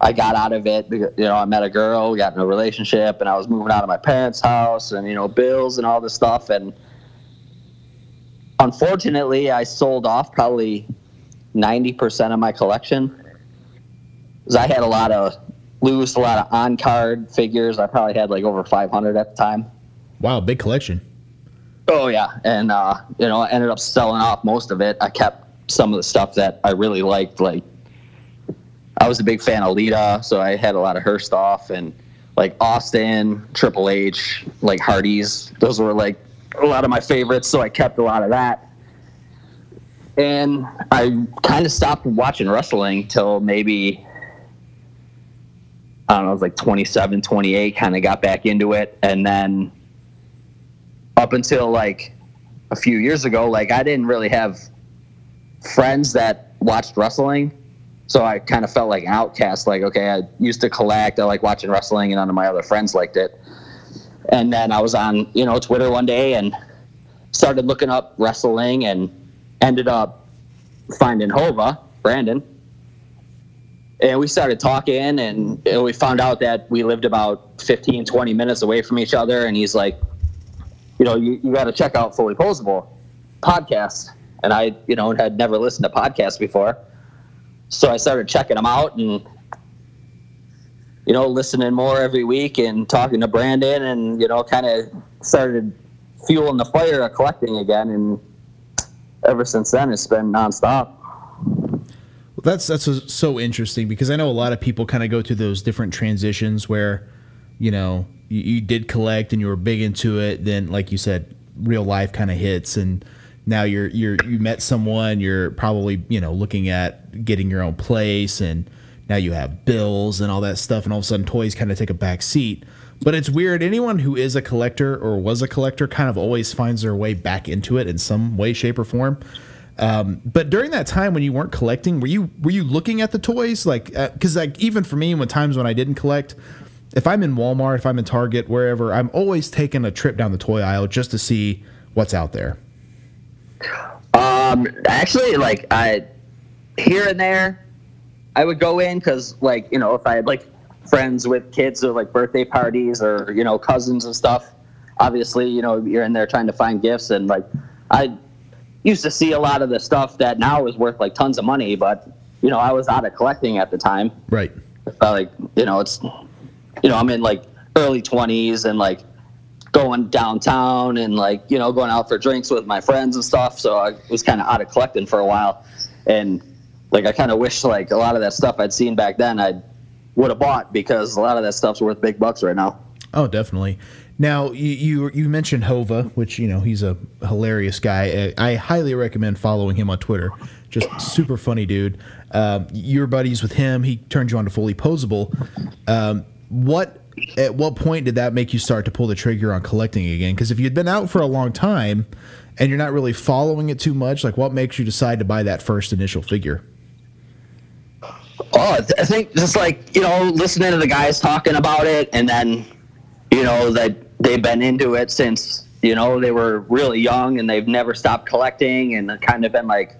I got out of it. You know, I met a girl, we got in a relationship, and I was moving out of my parents' house, and you know, bills and all this stuff. And unfortunately, I sold off probably 90% of my collection. 'Cause I had a lot of loose, a lot of on card figures. I probably had like over 500 at the time. Wow, big collection. Oh yeah, and uh, you know, I ended up selling off most of it. I kept some of the stuff that I really liked. Like, I was a big fan of Lita, so I had a lot of her stuff, and like Austin, Triple H, like Hardy's. Those were like a lot of my favorites, so I kept a lot of that. And I kind of stopped watching wrestling till maybe I don't know, it was like 27, 28, kind of got back into it. And then up until like a few years ago, like I didn't really have friends that watched wrestling. So I kind of felt like an outcast. Like, okay, I used to collect, I like watching wrestling, and none of my other friends liked it. And then I was on, you know, Twitter one day and started looking up wrestling and ended up finding Hova, Brandon. And we started talking, and you know, we found out that we lived about 15, 20 minutes away from each other. And he's like, you know, you, you got to check out Fully Posable podcast. And I, you know, had never listened to podcasts before. So I started checking them out and, you know, listening more every week and talking to Brandon and, you know, kind of started fueling the fire of collecting again. And ever since then, it's been nonstop. That's that's so- so interesting because I know a lot of people kind of go through those different transitions where, you know, you, you did collect and you were big into it. Then, like you said, real life kind of hits, and now you're you're you met someone. You're probably you know looking at getting your own place, and now you have bills and all that stuff, and all of a sudden toys kind of take a back seat. But it's weird. Anyone who is a collector or was a collector kind of always finds their way back into it in some way, shape, or form. But during that time when you weren't collecting, were you were you looking at the toys like because like even for me, when times when I didn't collect, if I'm in Walmart, if I'm in Target, wherever, I'm always taking a trip down the toy aisle just to see what's out there. Um, actually, like I here and there, I would go in because, like, you know, if I had like friends with kids or like birthday parties or you know cousins and stuff, obviously, you know, you're in there trying to find gifts and like I used to see a lot of the stuff that now is worth like tons of money, but you know, I was out of collecting at the time. Right. Uh, like, you know, it's you know, I'm in like early 20s and like going downtown and like you know going out for drinks with my friends and stuff so i was kind of out of collecting for a while and like i kind of wish like a lot of that stuff i'd seen back then i would have bought because a lot of that stuff's worth big bucks right now Oh, definitely. Now you you, you mentioned Hova, which you know he's a hilarious guy. Uh, I, I highly recommend following him on Twitter. Just super funny dude. Um, you're buddies with him. He turned you on to fully posable. Um, what at what point did that make you start to pull the trigger on collecting again? Because if you'd been out for a long time and you're not really following it too much, like what makes you decide to buy that first initial figure? Oh, I th- I think just like you know, listening to the guys talking about it, and then you know that they've been into it since you know they were really young, and they've never stopped collecting, and I've kind of been like,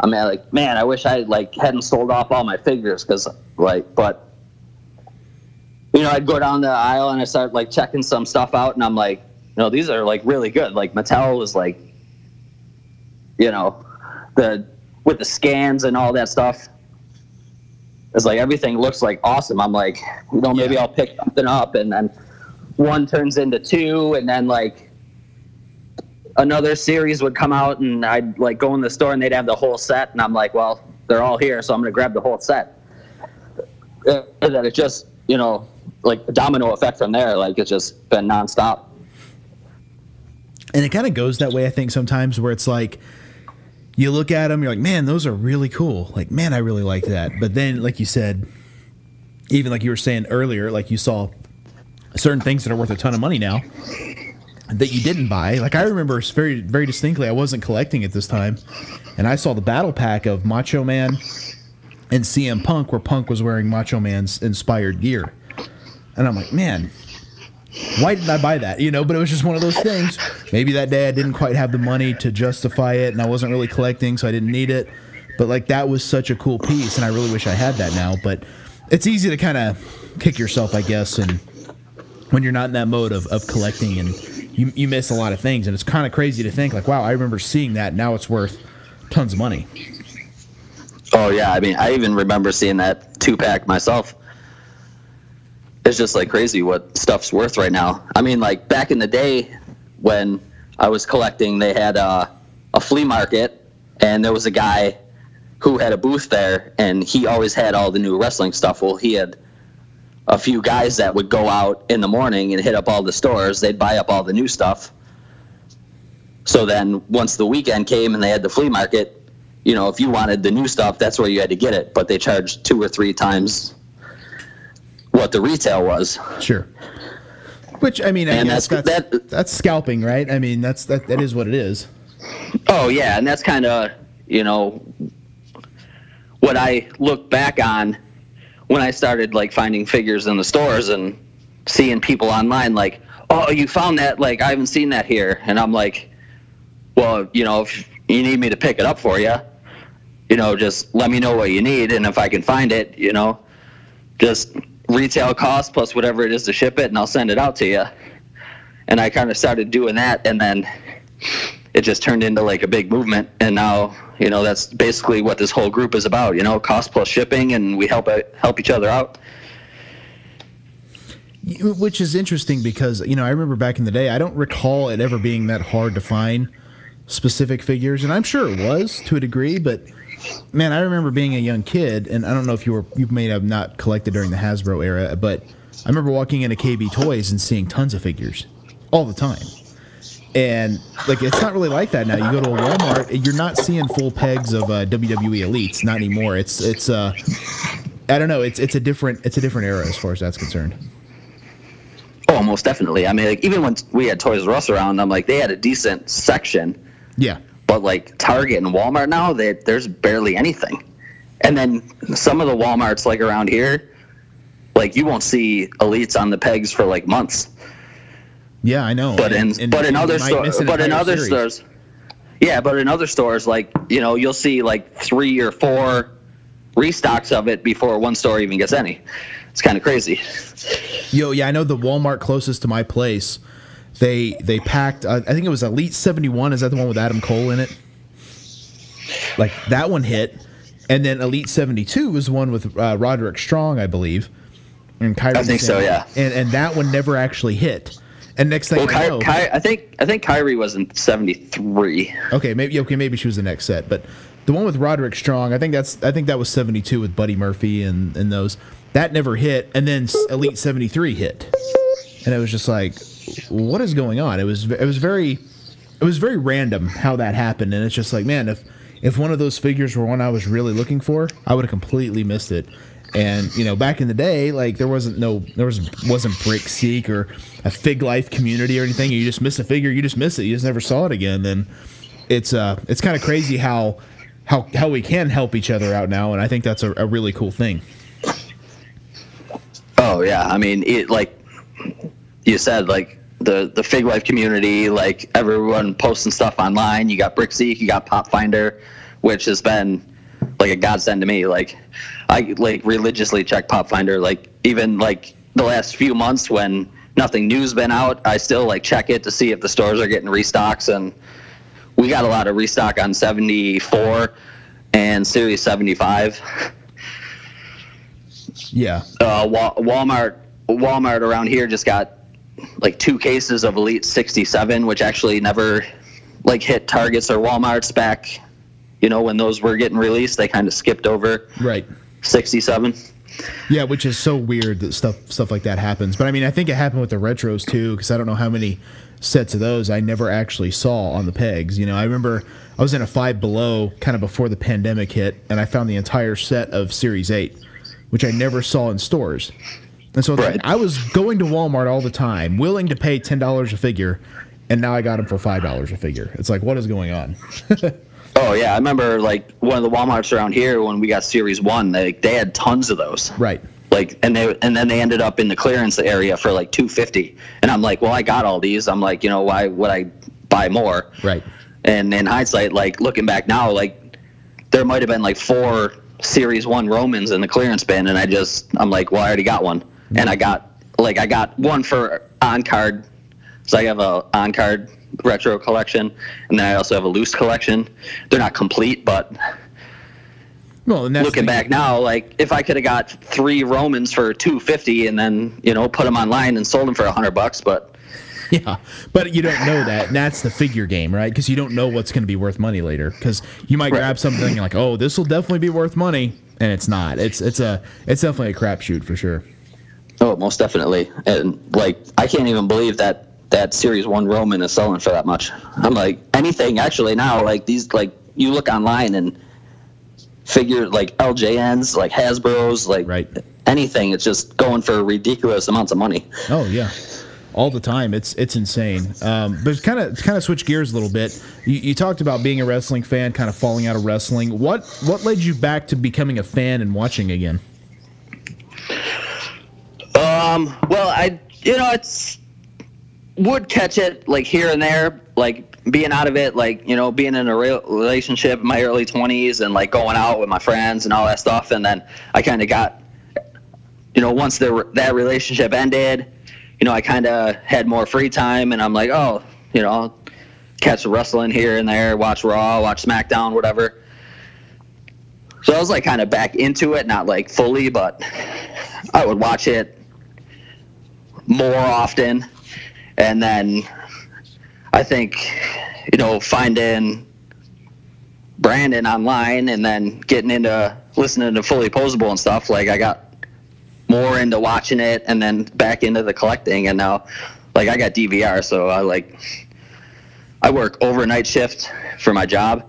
I mean, like man, I wish I like hadn't sold off all my figures because like, but you know, I'd go down the aisle and I start like checking some stuff out, and I'm like, no, these are like really good. Like Mattel was like, you know, the with the scans and all that stuff it's like everything looks like awesome. I'm like, you know, maybe I'll pick something up, and then one turns into two, and then like another series would come out, and I'd like go in the store, and they'd have the whole set, and I'm like, well, they're all here, so I'm gonna grab the whole set. Uh, And then it just, you know, like a domino effect from there. Like it's just been nonstop. and it kind of goes that way i think sometimes where it's like you look at them you're like man those are really cool like man i really like that but then like you said even like you were saying earlier like you saw certain things that are worth a ton of money now that you didn't buy like i remember very very distinctly i wasn't collecting at this time and i saw the battle pack of macho man and cm punk where punk was wearing macho man's inspired gear and i'm like man why didn't I buy that? You know, but it was just one of those things maybe that day I didn't quite have the money to justify it, and I wasn't really collecting, so I didn't need it. But like that was such a cool piece, and I really wish I had that now. But it's easy to kind of kick yourself, I guess, and when you're not in that mode of, of collecting and you, you miss a lot of things and it's kind of crazy to think like wow i remember seeing that now it's worth tons of money Oh yeah, I mean, I even remember seeing that two pack myself. It's just like crazy what stuff's worth right now. I mean, like back in the day when I was collecting, they had a, a flea market, and there was a guy who had a booth there, and he always had all the new wrestling stuff. Well, he had a few guys that would go out in the morning and hit up all the stores. They'd buy up all the new stuff. So then, once the weekend came and they had the flea market, you know, if you wanted the new stuff, that's where you had to get it. But they charged two or three times what the retail was. sure which i mean i And guess that's, that's- that's, that- scalping right i mean that's that, that is what it is Oh yeah, and that's kind of you know what I look back on when I started like finding figures in the stores and seeing people online like, oh, you found that? Like I haven't seen that here, and I'm like, well, you know, if you need me to pick it up for you, you know, just let me know what you need, and if I can find it, you know, just retail cost plus whatever it is to ship it, and I'll send it out to you. And I kind of started doing that, and then it just turned into like a big movement and now you know that's basically what this whole group is about you know cost plus shipping and we help uh, help each other out You- which is interesting because you know i remember back in the day i don't recall it ever being that hard to find specific figures and i'm sure it was to a degree but man i remember being a young kid and i don't know if you were you may have not collected during the hasbro era but i remember walking into kb toys and seeing tons of figures all the time and like it's not really like that now. You go to a Walmart, and you're not seeing full pegs of uh, WWE elites, not anymore. It's it's uh, I don't know. It's it's a different it's a different era as far as that's concerned. oh most definitely i mean like even when we had toys r us around i'm like they had a decent section Yeah, but like target and walmart now they, there's barely anything and then some of the walmarts like around here like you won't see elites on the pegs for like months yeah, I know. but in And- and but in you other might stores miss an but in entire other series. stores yeah but in other stores like you know you'll see like three or four restocks of it before one store even gets any it's kind of crazy Yo, yeah, I know the Walmart closest to my place. They they packed. Uh, I think it was Elite Seventy One. Is that the one with Adam Cole in it? Like that one hit, and then Elite Seventy Two was the one with uh, Roderick Strong, I believe, and Kyrie. I think so, Sane. yeah. And and that one never actually hit. And next thing well I Ky- know, Ky- i think i think kyrie was in 73 okay, maybe okay, maybe she was the next set, but the one with Roderick Strong, I think that's I think that was seventy two with Buddy Murphy and and those that never hit, and then S- Elite seventy three hit, and it was just like, what is going on? It was ve- it was very it was very random how that happened, and it's just like man, if if one of those figures were one I was really looking for, I would have completely missed it. And you know, back in the day, like there wasn't no there was wasn't Brick Seek or a Fig Life community or anything. You just miss a figure, you just miss it, you just never saw it again. Then it's uh it's kind of crazy how how how we can help each other out now and i think that's a, a really cool thing Oh yeah, I mean, it, like you said, like the the Fig Life community, like everyone posting stuff online. You got Brickseek, you got Pop Finder, which has been like a godsend to me. Like I like religiously check Pop Finder. Like even like the last few months when nothing new's been out, I still like check it to see if the stores are getting restocks. And we got a lot of restock on seventy four and Series seventy five yeah uh, Wa- Walmart Walmart around here just got like two cases of Elite 67, which actually never like hit Targets or WalMarts back. You know, when those were getting released, they kind of skipped over right 67. yeah which is so weird that stuff stuff like that happens but i mean i think it happened with the retros too because i don't know how many sets of those i never actually saw on the pegs you know i remember i was in a five below kind of before the pandemic hit and i found the entire set of series 8 which i never saw in stores and so Right. i was going to walmart all the time willing to pay $10 a figure and now i got them for $5 a figure it's like what is going on Oh yeah, I remember like one of the WalMarts around here when we got Series One. They they had tons of those. Right. Like and they and then they ended up in the clearance area for like 250. And I'm like, well, I got all these. I'm like, you know, why would I buy more. Right. And in hindsight, like looking back now, like there might have been like four series one Romans in the clearance bin, and I just I'm like, well, I already got one, and I got like I got one for on card, so I have a on card retro collection, and then I also have a loose collection. They're not complete, but Well, and that's looking the- back now, like if I could have got three Romans for two fifty, and then you know put them online and sold them for hundred bucks, but Yeah, but you don't know that. And that's the figure game, right? Because you don't know what's going to be worth money later. Because you might grab something and you're like, oh, this will definitely be worth money, and it's not. It's it's a it's definitely a crapshoot for sure. Oh, most definitely. And like, I can't even believe that that Series One Roman is selling for that much. I'm like, anything actually now. Like these, like you look online and figure like LJNs, like Hasbro's, like Right. anything. It's just going for ridiculous amounts of money. Oh yeah, all the time. It's it's insane. Um, but kind of kind of switch gears a little bit. You, you talked about being a wrestling fan, kind of falling out of wrestling. What what led you back to becoming a fan and watching again? Um, well, I you know it's would catch it like here and there, like being out of it, like you know being in a real relationship in my early twenties and like going out with my friends and all that stuff, and then I kind of got you know once the, that relationship ended, you know I kind of had more free time, and I'm like oh you know I'll catch the wrestling here and there, watch Raw, watch SmackDown, whatever. So I was like kind of back into it, not like fully, but I would watch it more often and then i think you know finding brandon online and then getting into listening to fully posable and stuff like i got more into watching it and then back into the collecting and now like i got dvr so i like i work overnight shift for my job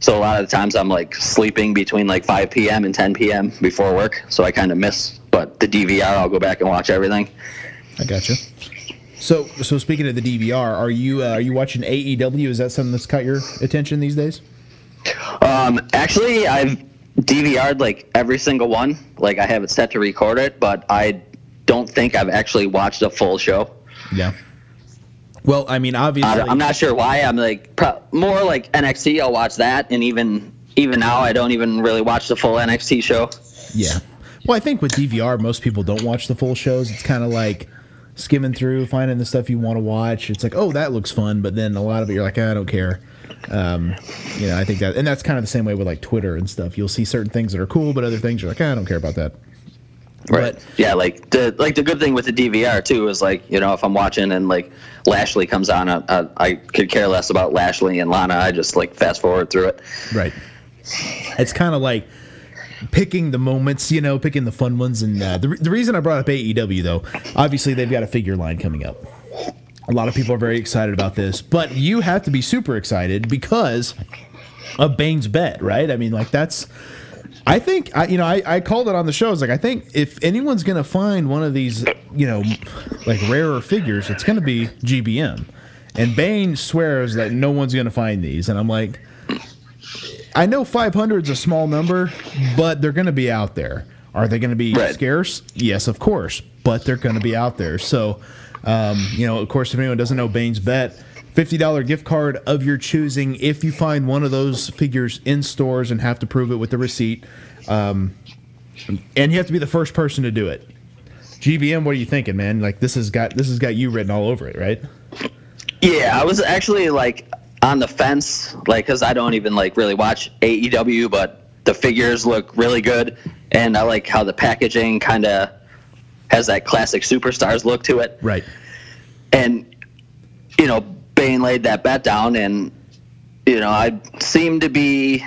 so a lot of the times i'm like sleeping between like 5 p.m and 10 p.m before work so i kind of miss but the dvr i'll go back and watch everything I gotcha. So so speaking of the DVR, are you uh, are you watching AEW? Is that something that's caught your attention these days? Um, actually, I've DVR'd like every single one. Like I have it set to record it, but I don't think I've actually watched a full show. Yeah. Well, I mean, obviously, I, I'm not sure why. I'm like pro- more like NXT. I'll watch that, and even even now, I don't even really watch the full NXT show. Yeah. Well, I think with DVR, most people don't watch the full shows. It's kind of like skimming through, finding the stuff you want to watch. It's like, oh, that looks fun, but then a lot of it, you're like, I don't care. Um, you know, I think that, and that's kind of the same way with like Twitter and stuff. You'll see certain things that are cool, but other things you're like, I don't care about that. Right. Yeah, like the like the good thing with the DVR too is like you know if I'm watching and like Lashley comes on, I, I, I could care less about Lashley and Lana. I just like fast forward through it. Right. It's kind of like picking the moments, you know, picking the fun ones. And uh, the, re- the reason I brought up AEW, though, obviously they've got a figure line coming up. A lot of people are very excited about this, but you have to be super excited because of Bane's bet, right? I mean, like that's. I think I, you know, I, I called it on the show. I was like, I think if anyone's gonna find one of these, you know, like rarer figures, it's gonna be GBM. And Bane swears that no one's gonna find these, and I'm like, I know 500 is a small number, but they're going to be out there. Are they going to be Right. scarce? Yes, of course, but they're going to be out there. So, um, you know, of course, if anyone doesn't know Bane's bet, $50 gift card of your choosing if you find one of those figures in stores and have to prove it with the receipt. Um, and you have to be the first person to do it. GBM, what are you thinking, man? Like this has got this has got you written all over it, right? Yeah, I was actually like on the fence, like because I don't even like really watch AEW, but the figures look really good, and I like how the packaging kind of has that classic superstars look to it. Right. And you know, Bane laid that bet down, and you know, I seem to be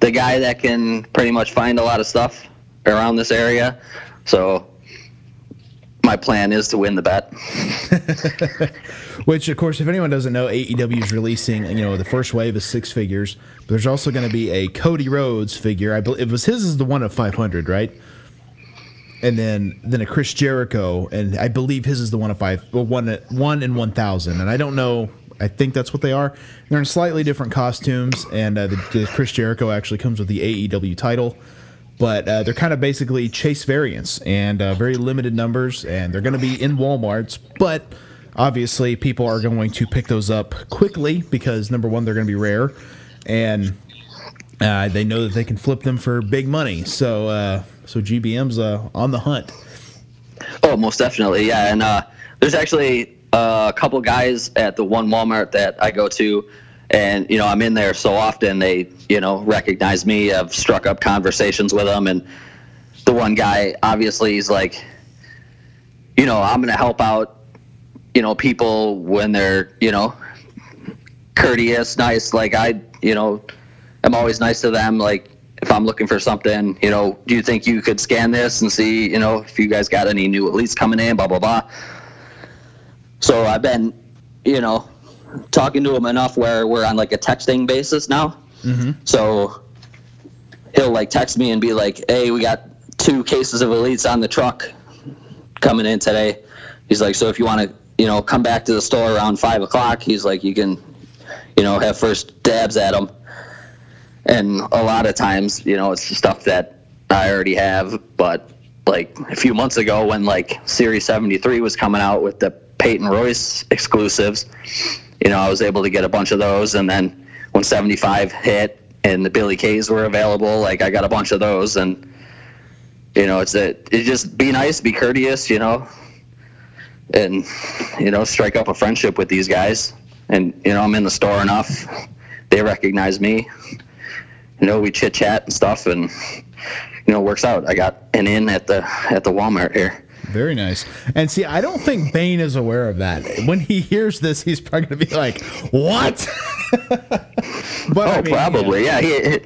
the guy that can pretty much find a lot of stuff around this area, so. My plan is to win the bet. Which, of course, if anyone doesn't know, AEW is releasing you know the first wave is six figures. But there's also going to be a Cody Rhodes figure. I believe it was his is the one of 500, right? And then then a Chris Jericho, and I believe his is the one of five, well, one one and one thousand. And I don't know. I think that's what they are. They're in slightly different costumes, and uh, the, the Chris Jericho actually comes with the AEW title but uh, they're kind of basically chase variants and uh, very limited numbers, and they're going to be in WalMarts. But obviously people are going to pick those up quickly because number one, they're going to be rare, and uh, they know that they can flip them for big money. So uh, so GBM's uh, on the hunt. Oh, most definitely, yeah. And uh, there's actually uh, a couple guys at the one Walmart that I go to, and you know I'm in there so often they you know recognize me. I've struck up conversations with them, and the one guy obviously he's like, you know, I'm gonna help out, you know, people when they're you know courteous, nice. Like I, you know, am always nice to them. Like if I'm looking for something, you know, do you think you could scan this and see, you know, if you guys got any new leads coming in, blah blah blah. So I've been, you know, talking to him enough where we're on like a texting basis now. So he'll like text me and be like, "Hey, we got two cases of elites on the truck coming in today." He's like, "So if you want to, you know, come back to the store around five o'clock, he's like, you can, you know, have first dabs at them." And a lot of times, you know, it's stuff that I already have. But like a few months ago, when like Series 73 was coming out with the Peyton Royce exclusives, you know, I was able to get a bunch of those. And then when 75 hit and the Billy K's were available, like I got a bunch of those. And, you know, it's a, it just be nice, be courteous, you know, and, you know, strike up a friendship with these guys. And, you know, I'm in the store enough. They recognize me you know, we chit chat and stuff, and you know, it works out. I got an in at the at the Walmart here. Very nice. And see, I don't think Bane is aware of that. When he hears this, he's probably going to be like, "What?" but Oh, probably, yeah. he, he,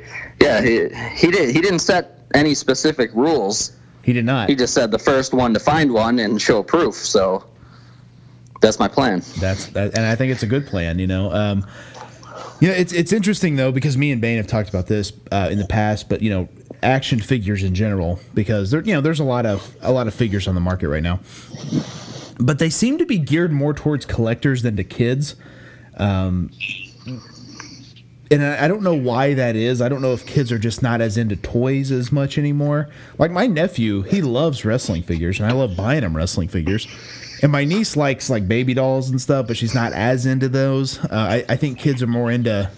yeah, he, he did. He didn't set any specific rules. He did not. He just said the first one to find one and show proof. So that's my plan. That's that, and I think it's a good plan. You know, um, you know, it's it's interesting though because me and Bane have talked about this uh, in the past, but you know, action figures in general because there you know there's a lot of a lot of figures on the market right now, but they seem to be geared more towards collectors than to kids. and I, I don't know why that is. I don't know if kids are just not as into toys as much anymore. Like my nephew, he loves wrestling figures, and I love buying him wrestling figures. And my niece likes like baby dolls and stuff, but she's not as into those. Uh, I, I think kids are more into,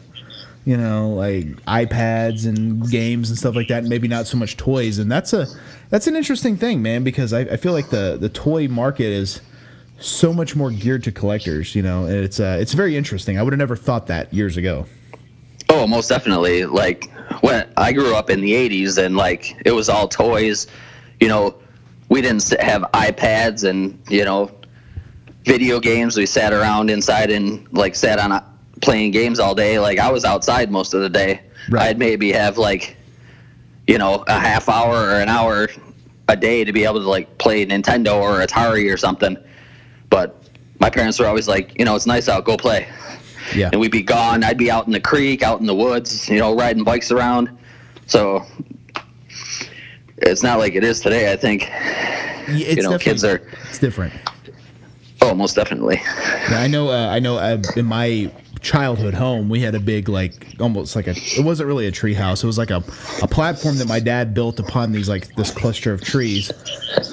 you know, like iPads and games and stuff like that. and Maybe not so much toys. And that's a that's an interesting thing, man, because I, I feel like the the toy market is so much more geared to collectors. You know, and it's uh, it's very interesting. I would have never thought that years ago. Oh, most definitely. Like when I grew up in the '80s, and like it was all toys. You know, we didn't s- have iPads and you know video games. We sat around inside and like sat on a, playing games all day. Like I was outside most of the day. Right. I'd maybe have like you know a half hour or an hour a day to be able to like play Nintendo or Atari or something. But my parents were always like, you know, it's nice out. Go play Yeah. and we'd be gone. I'd be out in the creek, out in the woods, you know, riding bikes around. So it's not like it is today. I think, Yeah, it's you know, definitely- kids are it's different. oh, most definitely. Yeah, I know. Uh, I know. Uh, in my childhood home, we had a big, like, almost like a. It wasn't really a tree house. It was like a, a platform that my dad built upon these, like, this cluster of trees,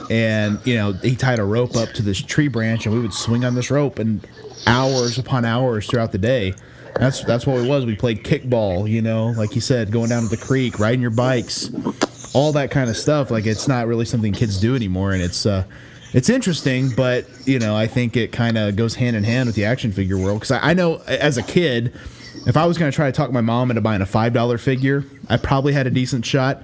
and you know, he tied a rope up to this tree branch, and we would swing on this rope, and hours upon hours throughout the day. That's that's what it was. We played kickball, you know, like you said, going down to the creek, riding your bikes, all that kind of stuff. Like it's not really something kids do anymore, and it's uh, it's interesting, but you know, I think it kind of goes hand in hand with the action figure world because I, I know as a kid, if I was going to try to talk my mom into buying a five dollar figure, I probably had a decent shot.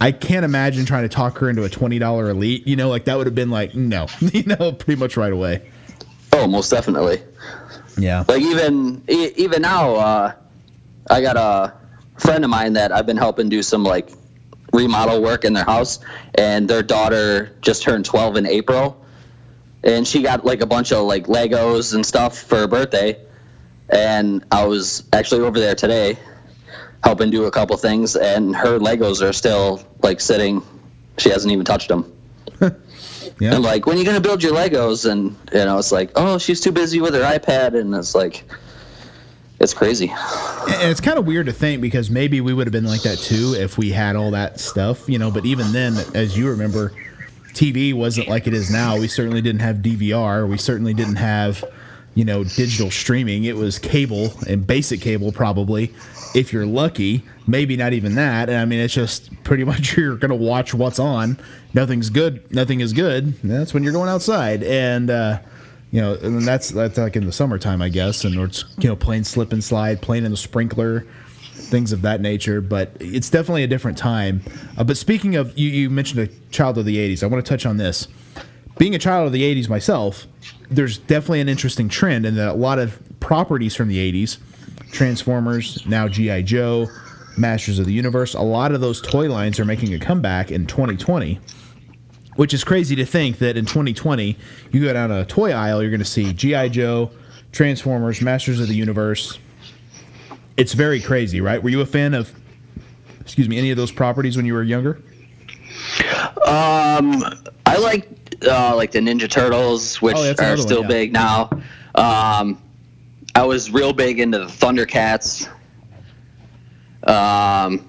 I can't imagine trying to talk her into a twenty dollar elite. You know, like that would have been like no, you know, pretty much right away. Oh, most definitely. Yeah. Like even e- even now, uh, I got a friend of mine that I've been helping do some like remodel work in their house, and their daughter just turned 12 in April, and she got like a bunch of like Legos and stuff for her birthday, and I was actually over there today, helping do a couple things, and her Legos are still like sitting. She hasn't even touched them. Yeah. And like, when are you gonna build your Legos? And you know, it's like, oh, she's too busy with her iPad, and it's like, it's crazy. And it's kind of weird to think because maybe we would have been like that too if we had all that stuff, you know. But even then, as you remember, TV wasn't like it is now. We certainly didn't have DVR. We certainly didn't have, you know, digital streaming. It was cable and basic cable, probably, if you're lucky. Maybe not even that. And I mean, it's just pretty much you're going to watch what's on. Nothing's good. Nothing is good. And that's when you're going outside. And, uh, you know, and that's that's like in the summertime, I guess, and or it's you know playing slip and slide, playing in the sprinkler, things of that nature. But it's definitely a different time. Uh, but speaking of, you, you mentioned a child of the 80s. I want to touch on this. Being a child of the 80s myself, there's definitely an interesting trend in that a lot of properties from the 80s, Transformers, now G.I. Joe, Masters of the Universe, a lot of those toy lines are making a comeback in 2020. Which is crazy to think that in 2020, you go down a toy aisle, you're going to see G.I. Joe, Transformers, Masters of the Universe, it's very crazy, right? Were you a fan of, excuse me, any of those properties when you were younger? Um, I like uh, like the Ninja Turtles, which Oh, that's another are one, still yeah. big now. Um, I was real big into the Thundercats. Um,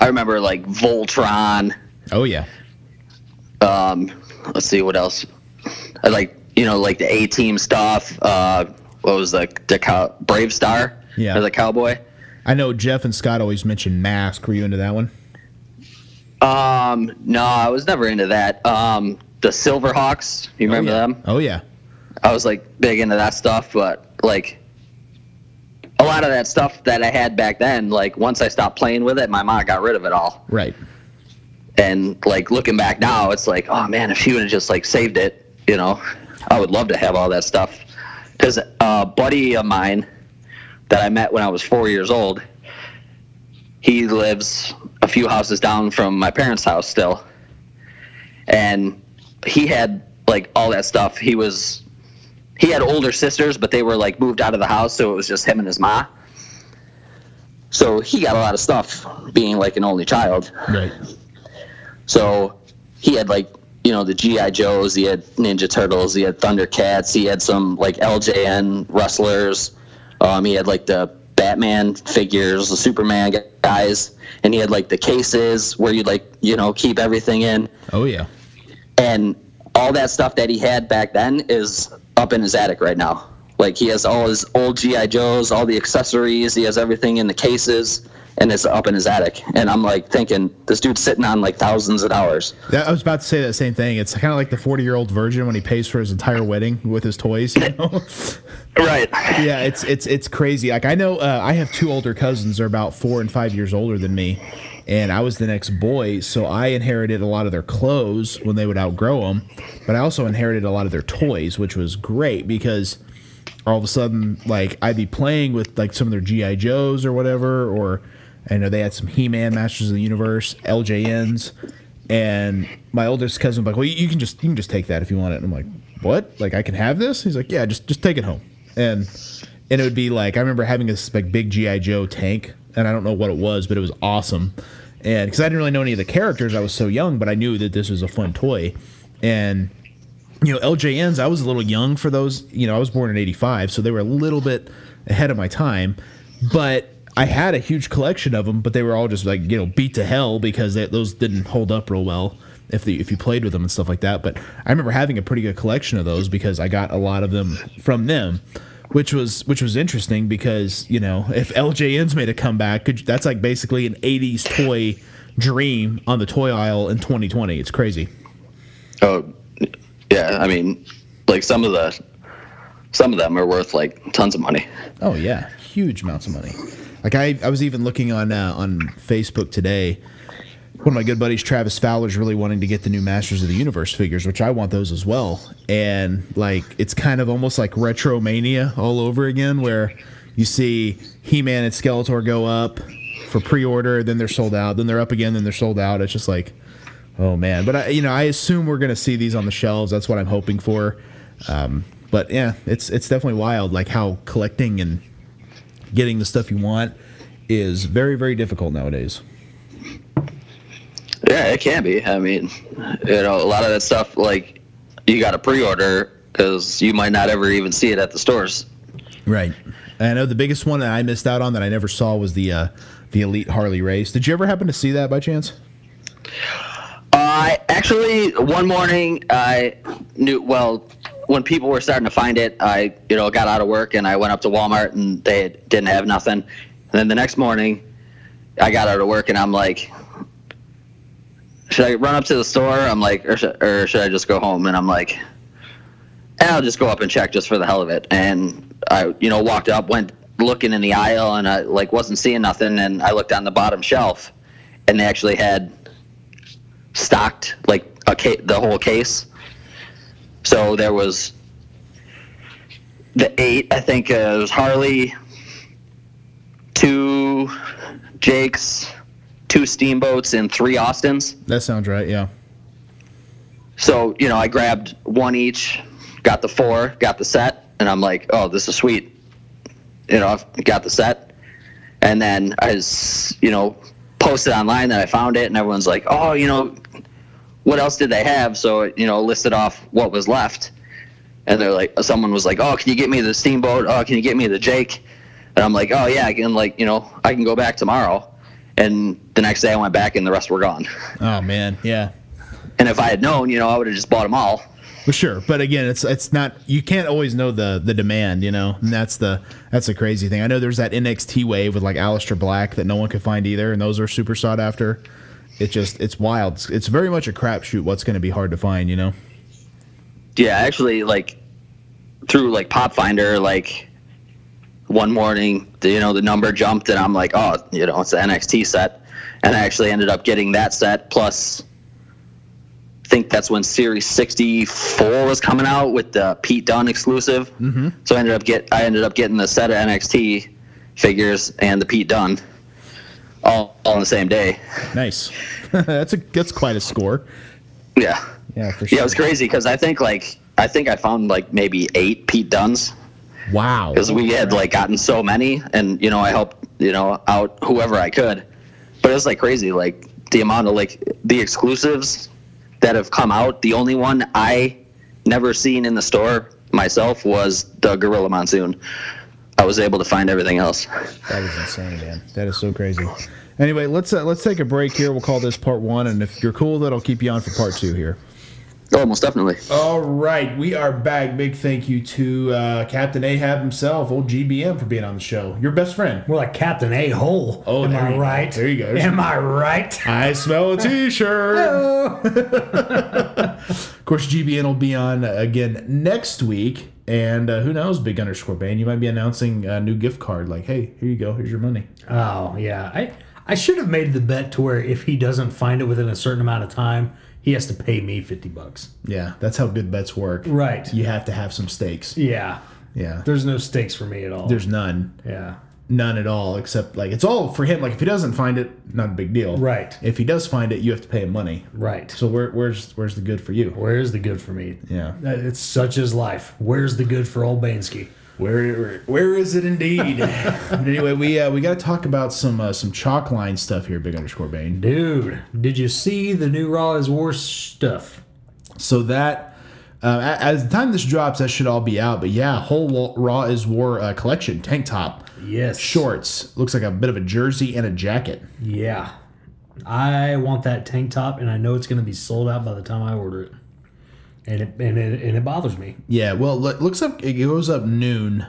I remember like Voltron. Oh yeah, Um, let's see what else. I like you know like the A Team stuff. Uh, what was the the cow- Brave Star? Yeah. as a cowboy. I know Jeff and Scott always mention Mask. Were you into that one? Um, no, I was never into that. Um, the Silverhawks, you remember yeah. them? Oh yeah, I was like big into that stuff, but like a lot of that stuff that I had back then, like once I stopped playing with it, my mom got rid of it all. right. And like looking back now, it's like, oh man, if she would have just like saved it, you know, I would love to have all that stuff. Because a buddy of mine that I met when I was four years old, he lives a few houses down from my parents' house still. And he had like all that stuff. He was, he had older sisters, but they were like moved out of the house, so it was just him and his ma. So he got a lot of stuff being like an only child. Right. So he had like you know the GI Joes, he had Ninja Turtles, he had Thundercats, he had some like LJN wrestlers. Um, he had like the Batman figures, the Superman guys, and he had like the cases where you'd like you know keep everything in, Oh yeah. and all that stuff that he had back then is up in his attic right now. Like he has all his old GI Joes, all the accessories, he has everything in the cases, and it's up in his attic. And I'm like thinking, this dude's sitting on like thousands of dollars. That, I was about to say that same thing. It's kind of like the forty-year-old virgin when he pays for his entire wedding with his toys. You know. Right. yeah, it's it's it's crazy. Like I know uh, I have two older cousins. They're about four and five years older than me, and I was the next boy, so I inherited a lot of their clothes when they would outgrow them. But I also inherited a lot of their toys, which was great because all of a sudden, like I'd be playing with like some of their GI Joes or whatever, or I know they had some He-Man, Masters of the Universe, LJNs, and my oldest cousin was like, well, you can just you can just take that if you want it. And I'm like, what? Like I can have this? He's like, yeah, just just take it home. And and it would be like I remember having this like big GI Joe tank, and I don't know what it was, but it was awesome. And because I didn't really know any of the characters, I was so young, but I knew that this was a fun toy. And you know, LJNs, I was a little young for those. You know, I was born in 85, so they were a little bit ahead of my time. But I had a huge collection of them, but they were all just like, you know, beat to hell because they, those didn't hold up real well if the, if you played with them and stuff like that. But I remember having a pretty good collection of those because I got a lot of them from them. Which was which was interesting because you know if LJNs made a comeback, could, that's like basically an '80s toy dream on the toy aisle in 2020. It's crazy. Oh, yeah. I mean, like some of the some of them are worth like tons of money. Oh yeah, huge amounts of money. Like I, I was even looking on uh, on Facebook today. One of my good buddies, Travis Fowler, is really wanting to get the new Masters of the Universe figures, which I want those as well. And like, it's kind of almost like retro mania all over again, where you see He Man and Skeletor go up for pre order, then they're sold out, then they're up again, then they're sold out. It's just like, oh man. But I, you know, I assume we're gonna see these on the shelves. That's what I'm hoping for. Um, but yeah, it's it's definitely wild, like how collecting and getting the stuff you want is very very difficult nowadays. Yeah, it can be. I mean, you know, a lot of that stuff like you got to pre-order because you might not ever even see it at the stores. Right. I know the biggest one that I missed out on that I never saw was the uh, the Elite Harley race. Did you ever happen to see that by chance? Uh, actually, one morning I knew. Well, when people were starting to find it, I you know got out of work and I went up to Walmart and they didn't have nothing. And then the next morning, I got out of work and I'm like, should I run up to the store? I'm like, or, should or should I just go home? And I'm like, "Eh, I'll just go up and check just for the hell of it. And I you know walked up, went looking in the aisle, and I like wasn't seeing nothing. And I looked on the bottom shelf, and they actually had stocked like a ca- the whole case. So there was the eight. I think uh, it was Harley, two Jakes, two Steamboats, and three Austins. That sounds right. Yeah. So you know, I grabbed one each, got the four, got the set, and I'm like, oh, this is sweet. You know, I've got the set, and then I, s- you know, posted online that I found it, and everyone's like, oh, you know, what else did they have? So you know, listed off what was left, and they're like, someone was like, oh, can you get me the steamboat? Oh, can you get me the Jake? And I'm like, oh yeah, I can like, you know, I can go back tomorrow. And the next day I went back, and the rest were gone. Oh man. Yeah. And if I had known, you know, I would have just bought them all. Well, sure, but again, it's it's not you can't always know the the demand, you know, and that's the that's the crazy thing. I know there's that NXT wave with like Aleister Black that no one could find either, and those are super sought after. It just it's wild. It's, it's very much a crapshoot. What's going to be hard to find, you know? yeah actually like through like pop finder like one morning the, you know the number jumped and i'm like oh you know it's the nxt set and i actually ended up getting that set plus i think that's when series 64 was coming out with the pete dunn exclusive mm-hmm. so i ended up get i ended up getting the set of nxt figures and the pete dunn all, all on the same day Nice. that's a that's quite a score. yeah Yeah, for sure. yeah it was crazy because i think like i think i found like maybe eight pete dunns Wow. because we had like gotten so many and you know i helped you know out whoever i could but it was like crazy like the amount of like the exclusives that have come out the only one i never seen in the store myself was the gorilla monsoon i was able to find everything else That is insane, man. That is so crazy. Anyway, let's uh, let's take a break here. We'll call this part one, and if you're cool, with it, I'll keep you on for part two here. oh most definitely All right, we are back. Big thank you to uh, Captain Ahab himself, old GBM, for being on the show. Your best friend. We're like Captain A Hole. Oh, am there I you go. right? There you go. Am I right? I smell a T-shirt. of course, GBN will be on uh, again next week, and uh, who knows, Big Underscore Band, you might be announcing a new gift card. Like, hey, here you go. Here's your money. Oh yeah, I I should have made the bet to where if he doesn't find it within a certain amount of time, he has to pay me fifty bucks. Yeah, that's how good bets work. Right. You have to have some stakes. Yeah. Yeah. There's no stakes for me at all. There's none. yeah. None at all, except like it's all for him. Like if he doesn't find it, not a big deal. Right. If he does find it, you have to pay him money. Right. So So where, where's where's the good for you? where's the good for me? Yeah. Uh, It's such is life. Where's the good for old Bansky? Where where, where is it indeed? But anyway, we uh, we got to talk about some uh, some chalk line stuff here, big underscore Bane. Dude, did you see the new Raw is War stuff? So that uh, a- as the time this drops, that should all be out. But yeah, whole wa- raw is war uh, collection tank top, Yes. shorts, looks like a bit of a jersey and a jacket. Yeah. I want that tank top, and I know it's going to be sold out by the time I order it. And it and it, and it bothers me. Yeah, well, lo- looks up it goes up noon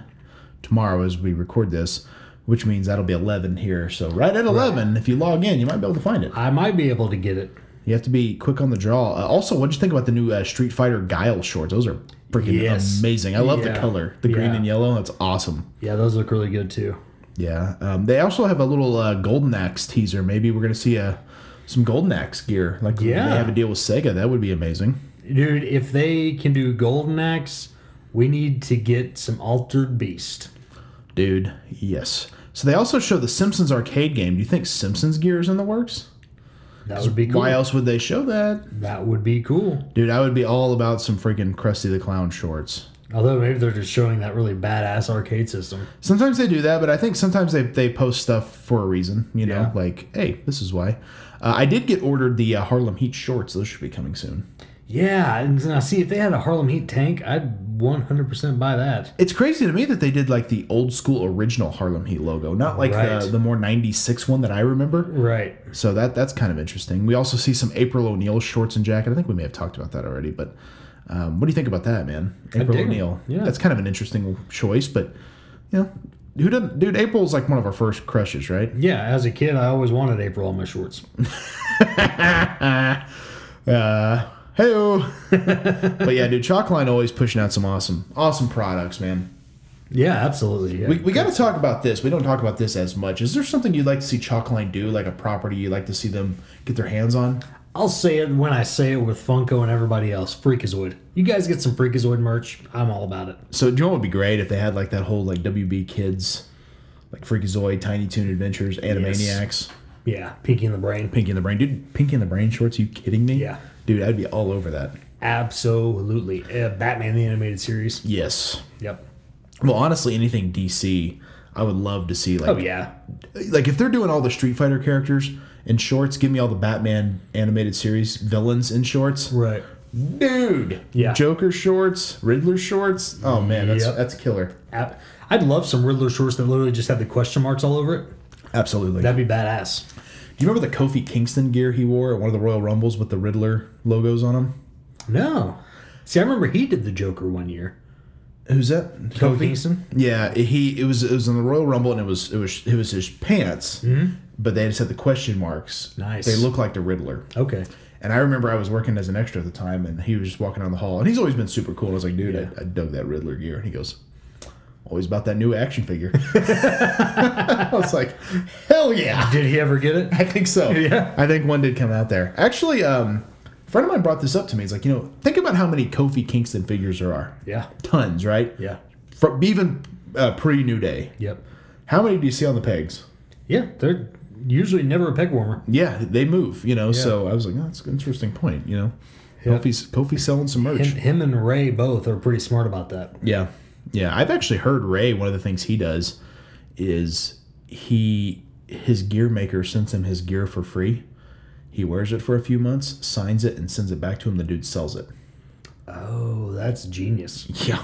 tomorrow as we record this, which means that'll be eleven here. So right at eleven, if you log in, you might be able to find it. I might be able to get it. You have to be quick on the draw. Uh, also, what did you think about the new uh, Street Fighter Guile shorts? Those are freaking Yes. amazing. I love Yeah. the color, the green Yeah. and yellow. That's awesome. Yeah, those look really good too. Yeah. Um, they also have a little uh, Golden Axe teaser. Maybe we're gonna see a some Golden Axe gear. Like Yeah. they have a deal with Sega. That would be amazing. Dude, if they can do Golden Axe, we need to get some Altered Beast. Dude, yes. So they also show the Simpsons arcade game. Do you think Simpsons gear is in the works? That would be cool. Why else would they show that? That would be cool. Dude, I would be all about some freaking Krusty the Clown shorts. Although maybe they're just showing that really badass arcade system. Sometimes they do that, but I think sometimes they, they post stuff for a reason, you know, Yeah. like, hey, this is why. Uh, I did get ordered the uh, Harlem Heat shorts. Those should be coming soon. Yeah, and now see if they had a Harlem Heat tank, I'd 100% buy that. It's crazy to me that they did like the old school original Harlem Heat logo, not like the, Right. the more 96 one that I remember. Right. So that that's kind of interesting. We also see some April O'Neil shorts and jacket. I think we may have talked about that already, but um, what do you think about that, man? April dig 'em. O'Neil. Yeah. That's kind of an interesting choice, but you know, who doesn't dude, April's like one of our first crushes, right? Yeah, as a kid, I always wanted April on my shorts. Uh hey But yeah, dude, Chalkline always pushing out some awesome awesome products, man. Yeah, absolutely. Yeah. We, we got to talk about this. We don't talk about this as much. Is there something you'd like to see Chalkline do, like a property you'd like to see them get their hands on? I'll say it when I say it with Funko and everybody else. Freakazoid. You guys get some Freakazoid merch. I'm all about it. So, do you know what would be great if they had like that whole like WB Kids, like Freakazoid, Tiny Toon Adventures, Animaniacs, Yeah, Pinky in the Brain. Pinky in the Brain, dude. Pinky in the Brain shorts? you kidding me? Yeah. dude, I'd be all over that. Absolutely. Uh, Batman the Animated Series. Yes. Yep. Well, honestly, anything DC, I would love to see. Like, Oh, yeah. like if they're doing all the Street Fighter characters in shorts, give me all the Batman animated series villains in shorts. Right. dude. Yeah. Joker shorts, Riddler shorts. Oh man, that's Yep. that's killer. Ab- I'd love some Riddler shorts that literally just have the question marks all over it. Absolutely. That'd be badass. Do you remember the Kofi Kingston gear he wore at one of the Royal Rumbles with the Riddler logos on him? No. See, I remember he did the Joker one year. Who's that? Kofi Kingston? Yeah, he it was it was in the Royal Rumble and it was it was it was his pants, but they just had the question marks. Nice. They look like the Riddler. Okay. And I remember I was working as an extra at the time, and he was just walking down the hall, and he's always been super cool. I was like, dude, I, I dug that Riddler gear, and he goes, always about that new action figure. I was like, hell yeah. Did he ever get it? I think so. Yeah. I think one did come out there. Actually, um, a friend of mine brought this up to me. He's like, you know, think about how many Kofi Kingston figures there are. Yeah. Tons, right? Yeah. From even uh, pre New Day. Yep. How many do you see on the pegs? Yeah, they're usually never a peg warmer. Yeah, they move, you know. So I was like, oh, that's an interesting point, you know. Kofi's Kofi's selling some merch. Him, him and Ray both are pretty smart about that. Yeah. Yeah. I've actually heard Ray, one of the things he does is he his gear maker sends him his gear for free. He wears it for a few months, signs it, and sends it back to him. The dude sells it. Oh, that's genius. Yeah.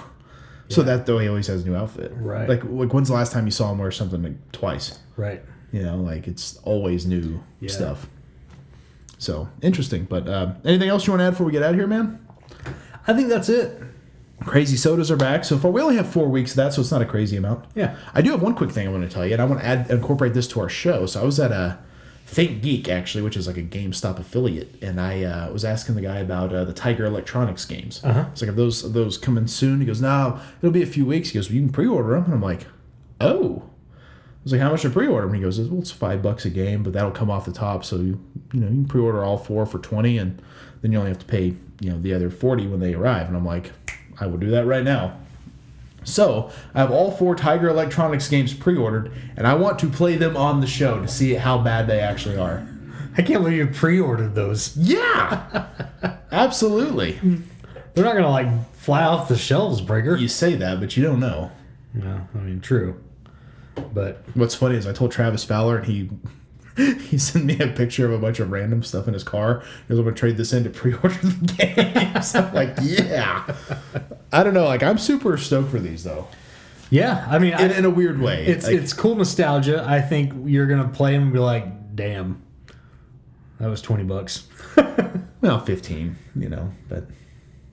So that though he always has a new outfit. Right. Like like when's the last time you saw him wear something like twice? Right. You know, like it's always new stuff. So interesting. But um, anything else you want to add before we get out of here, man? I think that's it. Crazy sodas are back so far. We only have four weeks of that, so it's not a crazy amount. Yeah. I do have one quick thing I want to tell you, and I want to add incorporate this to our show. So I was at a Think Geek actually, which is like a GameStop affiliate, and I uh, was asking the guy about uh, the Tiger Electronics games. Uh-huh. It's like, are those are those coming soon? He goes, No, it'll be a few weeks. He goes, well, You can pre-order them, and I'm like, Oh. I was like, How much to pre-order them? And he goes, Well, it's five bucks a game, but that'll come off the top, so you you know you can pre-order all four for twenty, and then you only have to pay you know the other forty when they arrive. And I'm like, I will do that right now. So I have all four Tiger Electronics games pre-ordered, and I want to play them on the show to see how bad they actually are. I can't believe you pre-ordered those. Yeah, absolutely. They're not gonna like fly off the shelves, Breaker. You say that, but you don't know. No, I mean true. But What's funny is I told Travis Fowler, and he he sent me a picture of a bunch of random stuff in his car. He goes, "I'm gonna trade this in to pre-order the games." I'm like, yeah. I don't know. Like, I'm super stoked for these though, yeah, I mean, I, in, in a weird way. it's Like, it's cool nostalgia. I think you're gonna play them and be like, "Damn, that was twenty bucks." well, 15, you know, but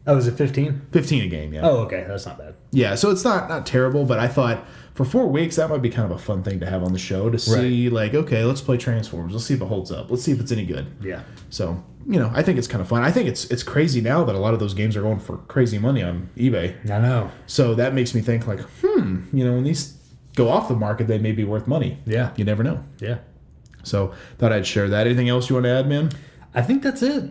Oh, was it fifteen? 15 a game. Yeah. Oh, okay, that's not bad. Yeah, so it's not not terrible, but I thought for four weeks that might be kind of a fun thing to have on the show to see like, okay, let's play Transformers. Let's see if it holds up. Let's see if it's any good. Yeah, So, you know, I think it's kind of fun. I think it's it's crazy now that a lot of those games are going for crazy money on eBay. I know. So that makes me think like, hmm, you know, when these go off the market, they may be worth money. Yeah. You never know. Yeah, So thought I'd share that. Anything else you want to add, man? I think that's it.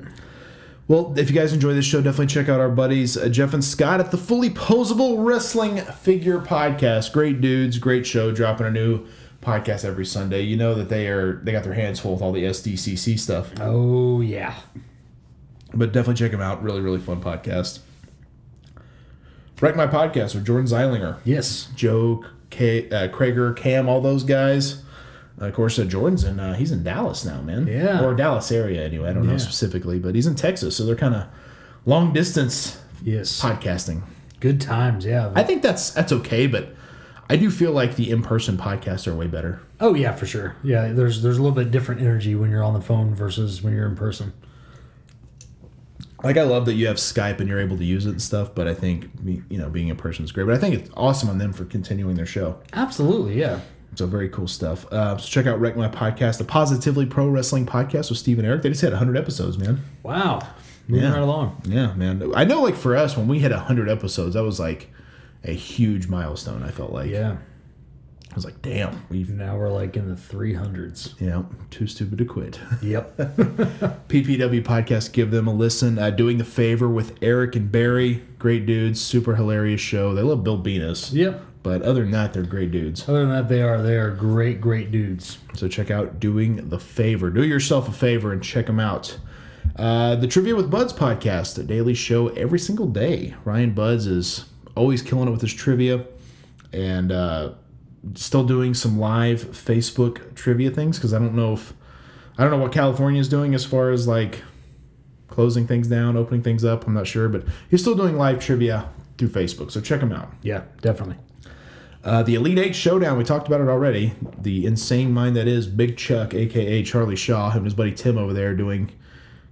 Well, if you guys enjoy this show, definitely check out our buddies uh, Jeff and Scott at the Fully Posable Wrestling Figure Podcast. Great dudes, great show, dropping a new podcast every Sunday. You know that they are they got their hands full with all the SDCC stuff, Oh yeah, but definitely check them out. Really, really fun podcast. Wreck my podcast with Jordan Zeilinger, yes, Joe K, uh, Krager, Cam, all those guys. Uh, of course, uh, Jordan's in uh, he's in Dallas now, man. Yeah. or Dallas area anyway. I don't know specifically, but he's in Texas, so they're kind of long distance yes. podcasting. Good times, yeah. I think that's that's okay, but I do feel like the in person podcasts are way better. oh yeah, for sure. Yeah, there's there's a little bit different energy when you're on the phone versus when you're in person. Like I love that you have Skype and you're able to use it and stuff, but I think you know being in person is great. But I think it's awesome on them for continuing their show. Absolutely, yeah. So very cool stuff. Uh, so check out Wreck My Podcast, the Positively Pro Wrestling Podcast with Steve and Eric. They just hit 100 episodes, man. Wow. Moving Yeah. right along. Yeah, man. I know, like for us, when we hit 100 episodes, that was like a huge milestone. I felt like Yeah. I was like, damn, we've Now we're like in the 300s. you know too stupid to quit. Yep. PPW podcast. Give them a listen. Uh, Doing the favor with Eric and Barry, great dudes, super hilarious show. They love Bill Venus. yep. But other than that, they're great dudes. Other than that, they are they are great great dudes. So check out Doing the Favor. Do yourself a favor and check them out. Uh, the Trivia with Buds podcast, a daily show every single day. Ryan Buds is always killing it with his trivia and uh, still doing some live Facebook trivia things because I don't know if, I don't know what California is doing as far as like closing things down, opening things up. I'm not sure, but he's still doing live trivia through Facebook. So check him out. Yeah, definitely. Uh, the Elite Eight Showdown, we talked about it already. The insane mind that is Big Chuck, aka Charlie Shaw, him and his buddy Tim over there doing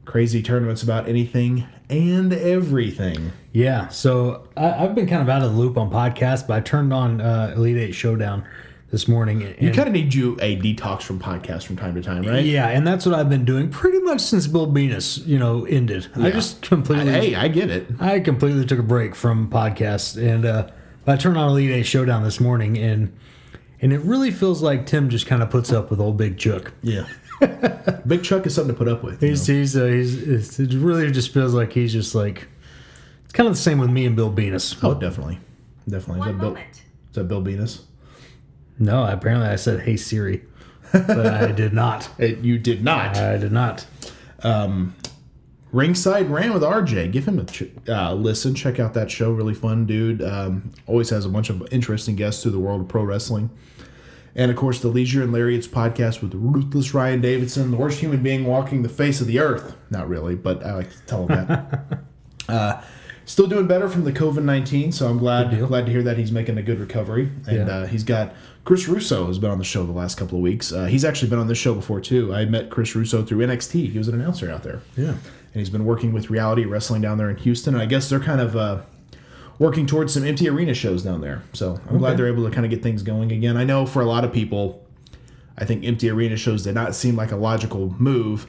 crazy tournaments about anything and everything. Yeah, so I, I've been kind of out of the loop on podcasts, but I turned on uh, Elite Eight Showdown this morning. And, You kind of need you a detox from podcasts from time to time, right? yeah, and that's what I've been doing pretty much since Bill Venus, you know, ended. I just completely Hey, I get it. I completely took a break from podcasts, and uh, I turned on Elite Eight Showdown this morning, and and it really feels like Tim just kind of puts up with old Big Chuck. Yeah. Big Chuck is something to put up with. you He's he's, uh, he's it's, it really just feels like he's just like it's kind of the same with me and Bill Venus. know? Oh, definitely. Definitely. Is that, Bill, is that Bill Venus? No, apparently I said hey Siri, but I did not. It, you did not. I did not. Ringside Ran with RJ. Give him a ch- uh, listen. Check out that show. Really fun dude. Um, always has a bunch of interesting guests through the world of pro wrestling. And of course, the Leisure and Lariats podcast with the ruthless Ryan Davidson, the worst human being walking the face of the earth. Not really, but I like to tell him that. uh, still doing better from the COVID nineteen, so I'm glad glad to hear that he's making a good recovery. And Yeah. uh, he's got Chris Russo has been on the show the last couple of weeks. Uh, he's actually been on this show before too. I met Chris Russo through NXT. He was an announcer out there Yeah. and he's been working with reality wrestling down there in Houston. And I guess they're kind of uh, working towards some empty arena shows down there. So I'm glad they're able to kind of get things going again. I know for a lot of people, I think empty arena shows did not seem like a logical move,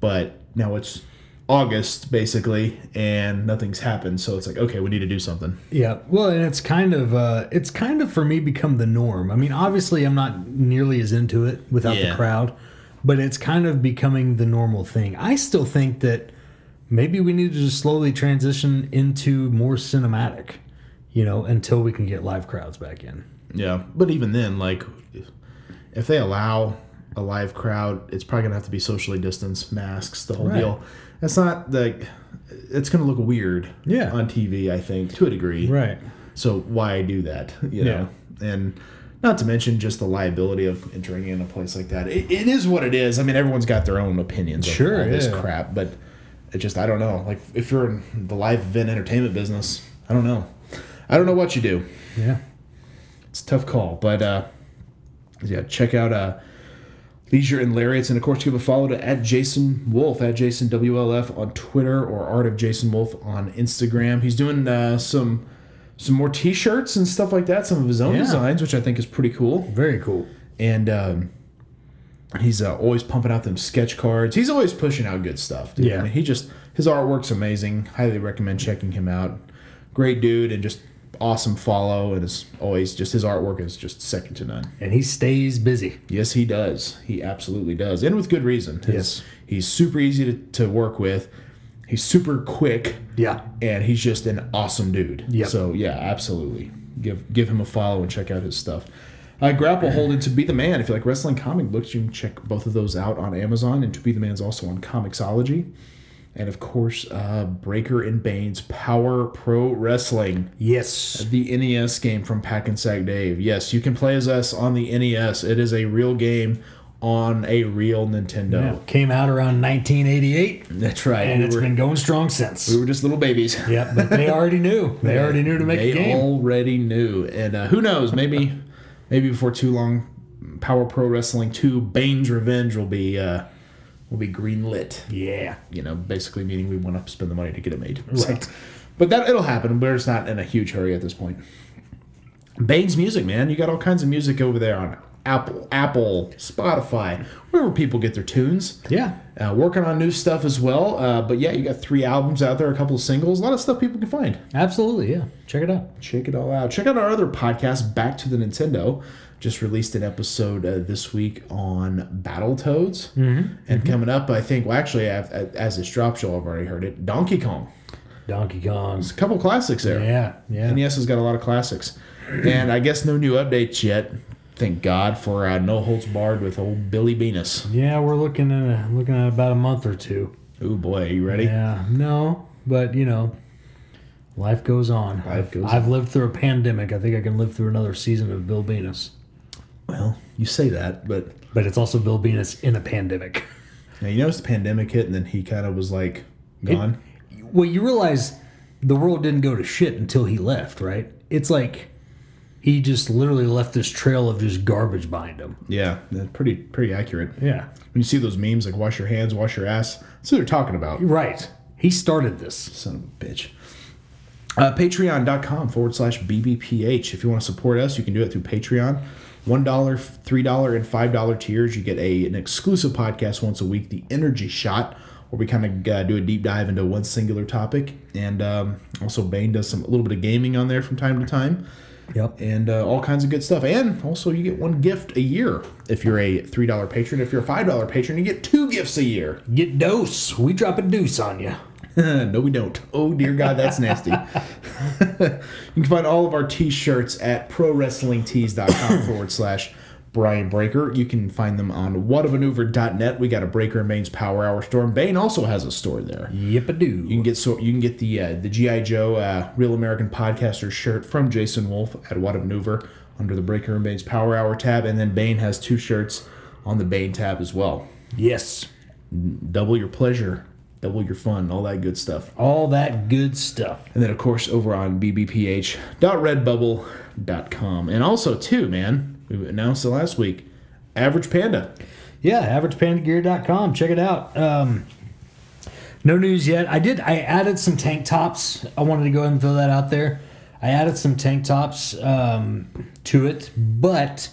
but now it's August basically, and nothing's happened. So it's like, okay, we need to do something. Yeah, well, and it's kind of uh, it's kind of for me become the norm. I mean, obviously, I'm not nearly as into it without Yeah. the crowd, but it's kind of becoming the normal thing. I still think that maybe we need to just slowly transition into more cinematic, you know, until we can get live crowds back in. Yeah, but even then, like, if- if they allow a live crowd, it's probably gonna have to be socially distanced, masks, the whole Right. deal. It's not like it's gonna look weird. Yeah. on TV, I think to a degree. Right. So why do that? You know, and not to mention just the liability of entering in a place like that. It, it is what it is. I mean, everyone's got their own opinions. of Sure, all this yeah. crap, but it just I don't know. Like if you're in the live event entertainment business, I don't know. I don't know what you do Yeah. it's a tough call, but uh, yeah, check out uh, Leisure and Lariats, and of course, give a follow to at Jason Wolf at Jason WLF on Twitter or Art of Jason Wolf on Instagram. He's doing uh, some some more T-shirts and stuff like that, some of his own Yeah. designs, which I think is pretty cool, Very cool. and. Um, He's uh, always pumping out them sketch cards. He's always pushing out good stuff. Dude. Yeah. I mean, he just his artwork's amazing. Highly recommend checking him out. Great dude and just awesome follow. And as always, just his artwork is just second to none. And he stays busy. Yes, he does. He absolutely does, and with good reason. Yes. he's super easy to, to work with. He's super quick, Yeah. and he's just an awesome dude. Yep. So yeah, absolutely. Give give him a follow and check out his stuff. Uh, Grapple Holding to Be the Man. If you like wrestling comic books, you can check both of those out on Amazon. And To Be the Man's also on Comixology. And of course, uh, Breaker and Bane's Power Pro Wrestling. Yes. The E E NES game from Pack and Sack Dave. Yes, you can play as us on the NES. It is a real game on a real Nintendo. Yeah, came out around 1988, That's right. and we, it's were, been going strong since. we were just little babies. Yeah, but they already knew. They already knew to make they a game. already knew, and uh, who knows? Maybe, maybe before too long, Power Pro Wrestling Two: Bane's Revenge will be uh, will be greenlit. yeah. You know, basically meaning we want to spend the money to get it made. Right. but that it'll happen. We're just not in a huge hurry at this point. Bane's music, man. You got all kinds of music over there on Apple, Apple, Spotify, wherever people get their tunes. Yeah. Uh, working on new stuff as well. Uh, but yeah, you got three albums out there, a couple of singles, a lot of stuff people can find. Absolutely. Yeah. Check it out. Check it all out. Check out our other podcast, Back to the Nintendo. Just released an episode uh, this week on Battletoads. Mm-hmm. And coming up, I think, well, actually, i as this drops, you'll have already heard it Donkey Kong. Donkey Kong. There's a couple classics there. Yeah. Yeah. NES has got a lot of classics. And I guess no new updates yet. Thank God for uh, No Holds Barred with old Billy Venus. Yeah, we're looking at a, looking at about a month or two. Oh boy, you ready? Yeah, no, but you know, life goes on. Life goes I've lived through a pandemic. I think I can live through another season of Bill Venus. Well, you say that, but But it's also Bill Venus in a pandemic. now you notice the pandemic hit and then he kind of was like gone. Well, you realize the world didn't go to shit until he left, right? It's like he just literally left this trail of just garbage behind him. yeah, that's pretty pretty accurate. Yeah. When you see those memes like wash your hands, wash your ass, that's what they're talking about. Right. He started this. Son of a bitch. Uh, Patreon.com forward slash BBPH. If you want to support us, you can do it through Patreon. $1, $3, and $5 tiers. You get a, an exclusive podcast once a week, The Energy Shot, where we kind of uh, do a deep dive into one singular topic. And um, also, Bane does some a little bit of gaming on there from time to time Yep. and uh, all kinds of good stuff. And also, you get one gift a year if you're a $3 patron. If you're a $5 patron, you get two gifts a year. Get dose. We drop a deuce on you. no, we don't. Oh, dear God, that's nasty. you can find all of our t shirts at prowrestlingtees.com forward slash Brian Breaker. You can find them on whatamaneuver.net. We got a Breaker and Bane's Power Hour store, and Bane also has a store there. Yep, a do. You can get so you can get the uh, the GI Joe uh, Real American Podcaster shirt from Jason Wolf at What a Maneuver under the Breaker and Bane's Power Hour tab, and then Bane has two shirts on the Bane tab as well. yes. Double your pleasure, double your fun, all that good stuff. All that good stuff. And then, of course, over on bbph.redbubble.com. And also, too, man, we announced it last week Average Panda. Yeah, averagepandagear.com. Check it out. Um, no news yet. I did. I added some tank tops. I wanted to go ahead and throw that out there. I added some tank tops um, to it, but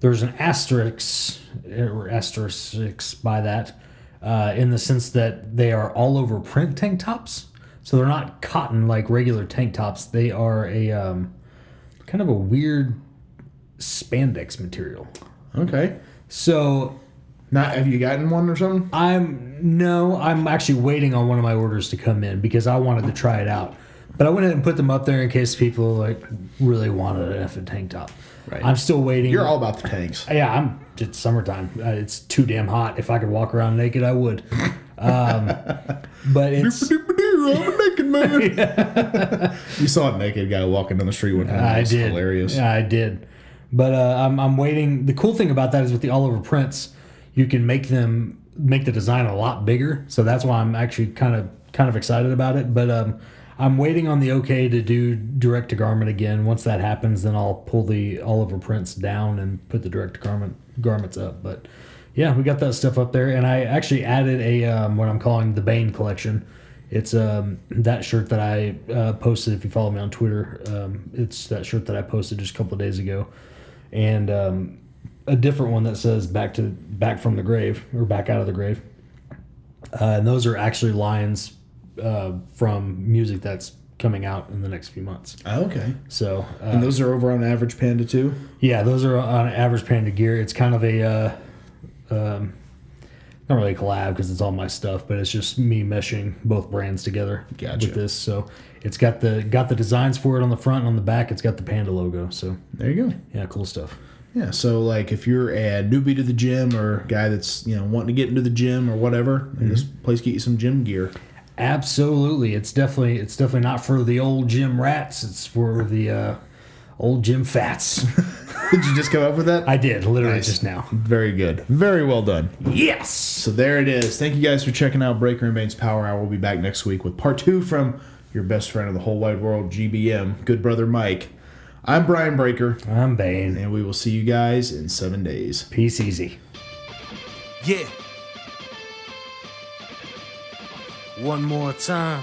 there's an asterisk or asterisk by that uh, in the sense that they are all over print tank tops. So they're not cotton like regular tank tops. They are a um, kind of a weird spandex material. Okay. So Not Have you gotten one or something? I'm no, I'm actually waiting on one of my orders to come in because I wanted to try it out. But I went ahead and put them up there in case people like really wanted an effing tank top. Right. I'm still waiting. You're all about the tanks. yeah. I'm. It's summertime. Uh, it's too damn hot. If I could walk around naked, I would. Um, but it's. I'm a naked man. you saw a naked guy walking down the street one time. I It's did. hilarious. Yeah, I did. But uh, I'm, I'm waiting. The cool thing about that is with the all over prints, you can make them make the design a lot bigger. So that's why I'm actually kind of kind of excited about it. But um, I'm waiting on the okay to do direct to garment again. Once that happens, then I'll pull the all over prints down and put the direct to garment garments up. But yeah, we got that stuff up there, and I actually added a um, what I'm calling the Bane collection. It's um, that shirt that I uh, posted. If you follow me on Twitter, um, it's that shirt that I posted just a couple of days ago, and um, a different one that says "back to back from the grave" or "back out of the grave." Uh, and those are actually lines uh, from music that's coming out in the next few months. Oh, okay. So uh, And those are over on Average Panda, too? yeah, those are on average panda gear. It's kind of a uh, um, not really a collab because it's all my stuff, but it's just me meshing both brands together Gotcha. with this. So it's got the got the designs for it on the front and on the back. It's got the panda logo. So There you go. yeah, cool stuff. Yeah, so like if you're a newbie to the gym or a guy that's you know wanting to get into the gym or whatever, then this place get you some gym gear. Absolutely, it's definitely it's definitely not for the old gym rats. It's for the uh, Old Jim Fats. Did you just come up with that? I did, literally Nice. just now. Very good. Very well done. Yes! So there it is. Thank you guys for checking out Breaker and Bane's Power Hour. We'll be back next week with part two from your best friend of the whole wide world, GBM, good brother Mike. I'm Brian Breaker, I'm Bane. and we will see you guys in seven days. Peace easy. Yeah. One more time.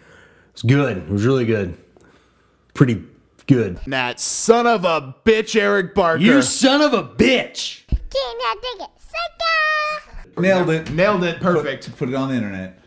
It's good. It was really good. Pretty good. That son of a bitch, Eric Barker. son of a bitch! Can't dig it. Sucker! Nailed it. Nailed it. Perfect. Put it on the internet.